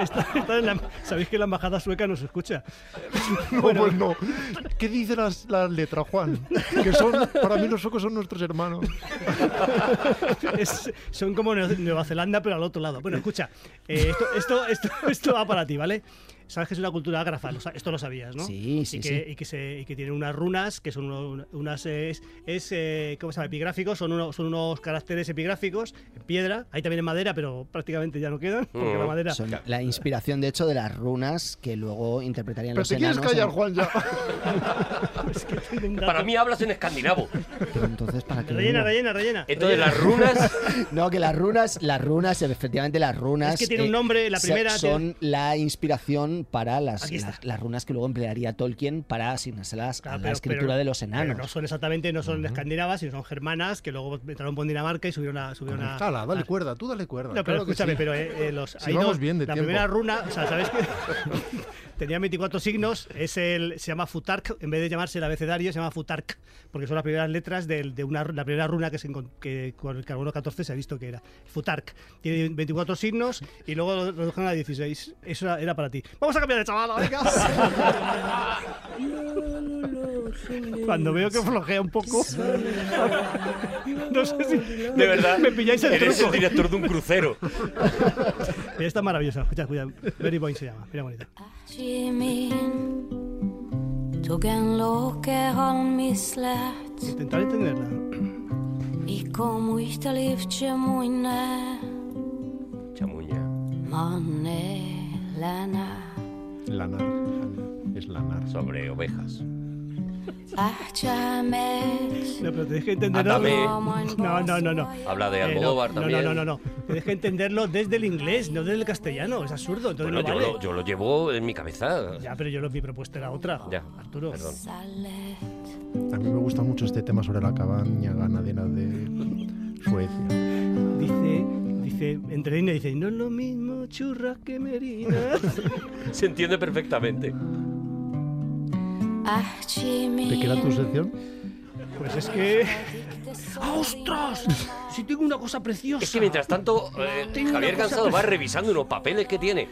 Está en la- Sabéis que la embajada sueca nos escucha. No, pues no. ¿Qué dice las, las letras, Juan? Que son, para mí los suecos son nuestros hermanos. [laughs] Es- son como Nue- Nueva Zelanda, pero al otro lado. Bueno, escucha, eh, esto, esto, [laughs] esto, esto va para ti, ¿vale? Sabes que es una cultura ágrafa, lo sa- esto lo sabías, ¿no? Sí, sí, y que, sí. Y que, se, y que tienen unas runas, que son uno- unas. eh, Es, es, eh, ¿Cómo se llama? Epigráficos, son, uno- son unos caracteres epigráficos en piedra. Hay también en madera, pero prácticamente ya no quedan, porque Mm. la madera. [laughs] Son la inspiración, de hecho, de las runas que luego interpretarían Pero los te quieres enanos. callar, en- Juan, ya. Para mí hablas en escandinavo. Pero entonces, ¿para qué? Rellena, vengo? rellena, rellena. Entonces, Rellena. las runas- [laughs] no, que las runas, las runas, efectivamente, las runas. eh, Es que tiene un nombre, la se- primera Son la inspiración para las, Aquí está. las, las runas que luego emplearía Tolkien para asignárselas a Ah, la pero- escritura pero- de los enanos. pero no son exactamente, no son escandinavas, sino son germanas, que luego entraron por Dinamarca y subieron a. Subieron a Cala, dale a- cuerda, tú dale cuerda. No, pero claro que escúchame, sí. pero eh, eh, los, Si hay vamos dos- bien de la tiempo. primera runa, o sea, ¿sabes qué? [laughs] Tenía 24 signos, es el, se llama Futark, en vez de llamarse el abecedario, se llama Futark, porque son las primeras letras del- de, una, ru- la primera runa que, se, encon- que con el carbono 14 se ha visto que era. Futark. Tiene 24 signos y luego lo lo dejaron a 16. Eso era, era para ti. Vamos a cambiar de chaval, venga. Cuando veo que flojea un poco. [laughs] No sé si. De verdad, Me pilláis el eres truco. el director de un crucero. Mira, Está maravillosa, escucha, escucha. Very Boy se llama, mira bonita. Jimin tog en Låkeholm i slät Intentar entenderla. Iko muista livtje muine Chamuña. Manne lana Lanar. Es lanar. Sobre ovejas. No, pero te deja entenderlo. Ándame. No, no, no, no. Habla de Eh, no, Almodóvar no, también. No, no, no, no. Te deja entenderlo desde el inglés, no desde el castellano. Es absurdo. Entonces Bueno, no yo vale. lo, yo lo llevo en mi cabeza. Ya, pero yo lo, mi propuesta era otra. Ya, Arturo. perdón. A mí me gusta mucho este tema sobre la cabaña ganadera de Suecia. Dice, dice, entre líneas dice, no es lo mismo churras que merinas. Se entiende perfectamente. ¿Te queda tu sección? [laughs] Pues es que. ¡Ostras! Si tengo una cosa preciosa. Es que mientras tanto, eh, Tengo una Javier cosa Cansado va preciosa. revisando unos papeles que tiene.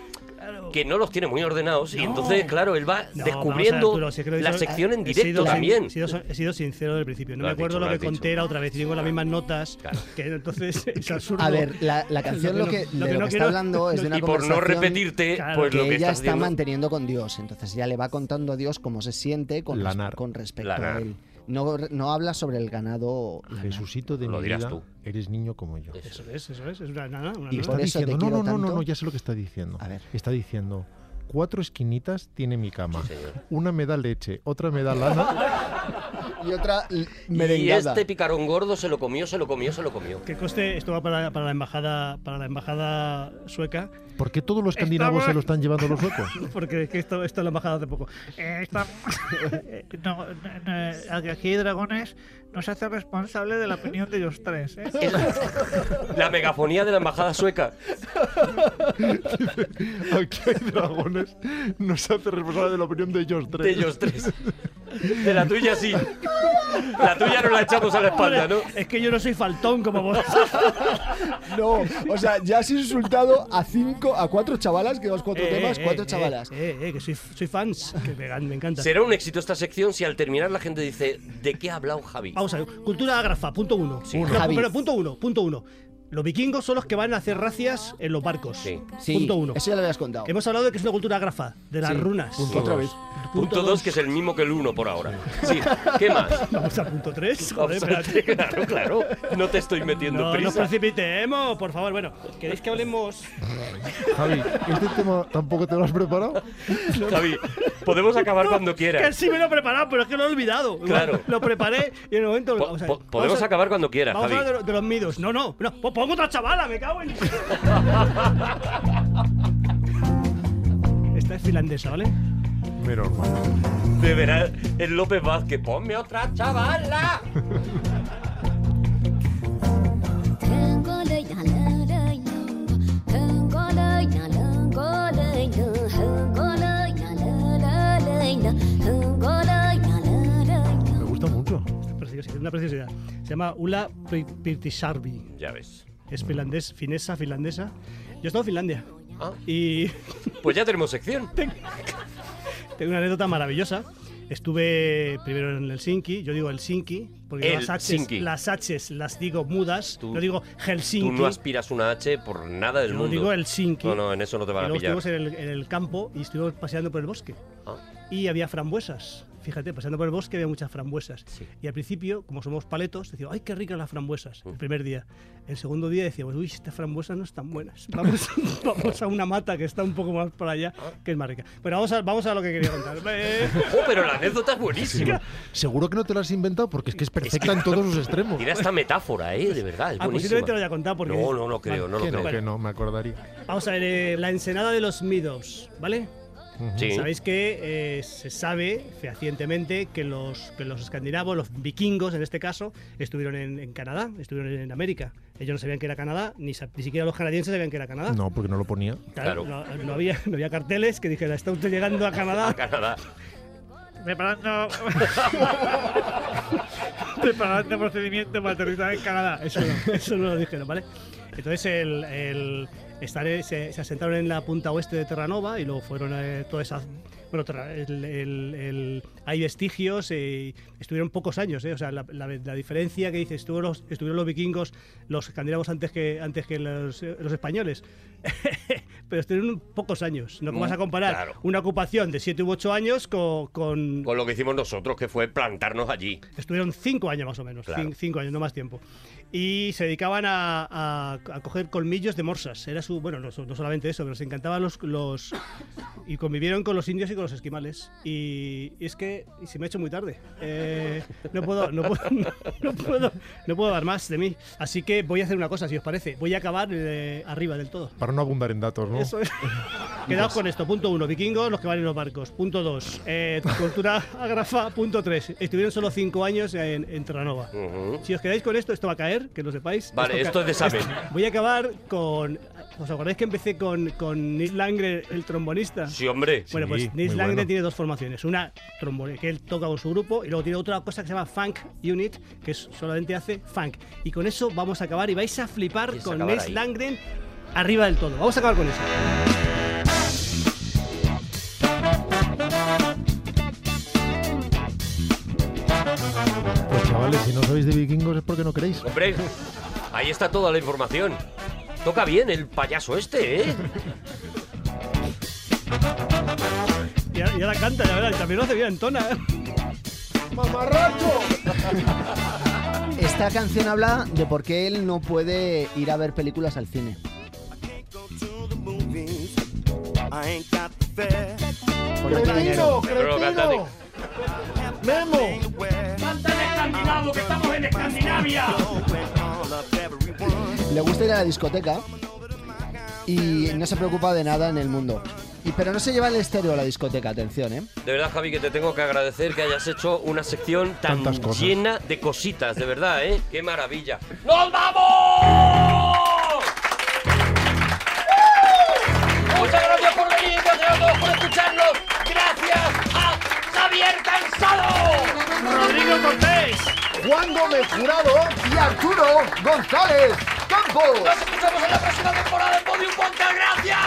Que no los tiene muy ordenados, y entonces, claro, él va No, descubriendo vamos a ver, Arturo, si es que lo he la dicho- eh, sección en he directo sido sin- también. He sido, he sido sincero del principio. No Lo me has acuerdo lo, dicho, lo que has dicho. conté era otra vez. y Tengo las mismas notas. Que [laughs] entonces es absurdo. A ver, la, [laughs] la canción lo que, de lo que está hablando es de una conversación pues que, ella está manteniendo con Dios. Entonces ya le va contando a Dios cómo se siente con, res- Lanar. con respecto Lanar. a él. No, no habla sobre el ganado. Jesucito de Lo mi dirás vida, tú. eres niño como yo. Eso es, eso es. Es una nana. Una Y nana. está diciendo, no, no, no, no, no, ya sé lo que está diciendo. Está diciendo, cuatro esquinitas tiene mi cama. Una me da leche, otra me da lana. Y otra Y merengada. este picarón gordo se lo comió, se lo comió, se lo [laughs] comió. Que coste, esto va para, para la embajada para la embajada sueca, [laughs] ¿Por qué todos los escandinavos se lo están llevando los suecos? porque es que esto, esto es la embajada hace poco. Eh, esta- eh, [laughs] no, no, no, aquí Dragones nos hace responsable de la opinión de los tres. ¿eh? La megafonía de la embajada sueca. [laughs] Aquí hay dragones. No se hace responsable de la opinión de ellos tres. De ellos tres. De la tuya sí. La tuya no la echamos a la espalda, ¿no? Es que yo no soy faltón [laughs] como vos. No, o sea, ya has insultado a cinco, a cuatro chavalas, que dos cuatro Eh, [laughs] temas, eh, cuatro eh, chavalas. Eh, eh, que soy, soy fans, que me, me encanta. Será un éxito esta sección si al terminar la gente dice, ¿de qué ha hablado Javi? Vamos a ver, cultura ágrafa, punto uno. Sí. No, Javi. pero punto uno, punto uno. Los vikingos son los que van a hacer racias en los barcos. Sí, punto uno. eso ya lo habías contado. Hemos hablado de que es una cultura ágrafa, de las Sí, runas. Punto dos. Punto dos, que es el mismo que el uno por ahora. Sí, ¿qué [laughs] más? Vamos a punto tres. Joder, Vamos a- espérate. claro, claro. No te estoy metiendo No nos prisa. precipitemos, por favor. Bueno, ¿queréis que hablemos? Javi, ¿este tema tampoco te lo has preparado? Javi, podemos acabar [laughs] cuando Que quieras. sí me lo he preparado, pero es que lo he olvidado. Claro. Lo preparé y en el momento. vamos a ver, Po- vamos podemos a- acabar cuando quieras, Vamos Javi. a hablar de, lo- de los midos. No, no, no. Pues pongo otra chavala, me cago [laughs] en. Esta es finlandesa, ¿vale? Menos mal. De veras, el López Vázquez, ponme otra chavala. Me gusta mucho. Preciosidad, una preciosidad. Se llama Ula Pri- Pirtisarvi. Ya ves. Es finlandés, finesa, finlandesa. Yo he estado en Finlandia. Ah. Y [laughs] Pues ya tenemos sección. Tengo una anécdota maravillosa. Estuve primero en Helsinki, yo digo Helsinki, porque las H's, Helsinki. las H's las digo mudas, no digo Helsinki. Tú no aspiras una H por nada del Yo mundo. digo Helsinki. No, no, en eso no te Y van a luego pillar. estuvimos en el, en el campo y estuvimos paseando por el bosque. Y había frambuesas. Fíjate, paseando por el bosque había muchas frambuesas. Y al principio, como somos paletos, decíamos, ¡ay, qué ricas las frambuesas! El primer día. El segundo día decíamos, uy, estas frambuesas no están buenas. Vamos, [laughs] vamos a una mata que está un poco más para allá, que es más rica. Pero vamos a, vamos a lo que quería contar. Eh, Oh, pero la anécdota es buenísima. Seguro que no te lo has inventado porque es que es perfecta en todos sus extremos. Mira esta metáfora, ¿eh? De verdad, es Ah, buenísima. posiblemente lo haya contado porque... No, no, no creo, no lo que no, creo. que no, me acordaría. Vamos a ver, eh, la ensenada de los midos, ¿vale? Sí. Sabéis que eh, se sabe fehacientemente que los, que los escandinavos, los vikingos en este caso, estuvieron en, en Canadá, estuvieron en América. Ellos no sabían que era Canadá, ni, sa- ni siquiera los canadienses sabían que era Canadá. No, porque no lo ponía. Claro, No, no había, [laughs] no había carteles que dijeran, está usted llegando a Canadá. Canadá. [laughs] Preparando. Preparando procedimiento para aterrizar en Canadá. Eso no, eso no lo dijeron, ¿vale? Entonces el, el estar- se, se asentaron en la punta oeste de Terranova y luego fueron eh, toda esa... Bueno, Terra- el- el- el- hay vestigios, eh, estuvieron pocos años, eh, o sea, la, la- la diferencia que dice, estuvieron los, estuvieron los vikingos, los escandinavos antes que, antes que los, eh, los españoles, [laughs] pero estuvieron pocos años, no Mm, vas a comparar claro. una ocupación de 7 u 8 años co- con, Con lo que hicimos nosotros, que fue plantarnos allí. Estuvieron cinco años más o menos, Claro. cin- cinco años, no más tiempo. Y se dedicaban a, a a coger colmillos de morsas. Era su, bueno, no, so- no solamente eso, pero nos encantaban los, los y convivieron con los indios y con los esquimales. Y, y es que y se me ha hecho muy tarde. Eh, no puedo, no puedo, [laughs] no puedo, no puedo dar más de mí. Así que voy a hacer una cosa, si os parece. Voy a acabar eh, arriba del todo. Para no abundar en datos, ¿no? [laughs] Eso es. Quedaos con esto. Punto uno, vikingos, los que van en los barcos. Punto dos, [laughs] eh, cultura agrafa. Punto tres, estuvieron solo cinco años en, en Tranova. Si os quedáis con esto, esto va a caer, que lo sepáis. Vale, esto es de saber. examen. Voy a acabar con... ¿Os acordáis que empecé con, con Nils Langre, el trombonista? Sí, hombre. Bueno, Sí, pues muy Nils Langre bueno. tiene dos formaciones. Una trombone, que él toca con su grupo, y luego tiene otra cosa que se llama Funk Unit, que es- solamente hace funk. Y con eso vamos a acabar y vais a flipar Quieres con acabar Nils ahí. Langren arriba del todo. Vamos a acabar con eso. Pues chavales, si no sabéis de vikingos es porque no queréis. Hombre, ahí está toda la información. Toca bien el payaso este, ¿eh? Y ahora, y ahora canta, la verdad, y también lo hace bien, ¿eh? entona. ¡Mamarracho! Esta canción habla de por qué él no puede ir a ver películas al cine. I ain't got the fare. Ponle otro dinero. Pero cántate. ¡Memo! ¡Cántale escandinavo, que estamos en Escandinavia! Le gusta ir a la discoteca y no se preocupa de nada en el mundo. Y, pero no se lleva el estéreo a la discoteca, atención, ¿eh? De verdad, Javi, que te tengo que agradecer que hayas hecho una sección tan Tantas cosas. llena de cositas, de verdad, ¿eh? ¡Qué maravilla! ¡Nos vamos! Muchas gracias por venir, gracias a todos por escucharnos. Gracias a Javier Cansado. Rodrigo Cortés, Juan Gómez Jurado y Arturo González Campos. Nos escuchamos en la próxima temporada de Podium Podcast. ¡Gracias!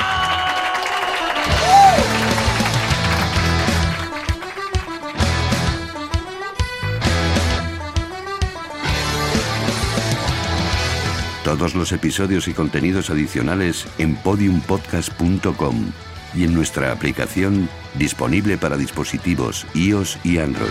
Todos los episodios y contenidos adicionales en podiumpodcast.com y en nuestra aplicación disponible para dispositivos iOS y Android.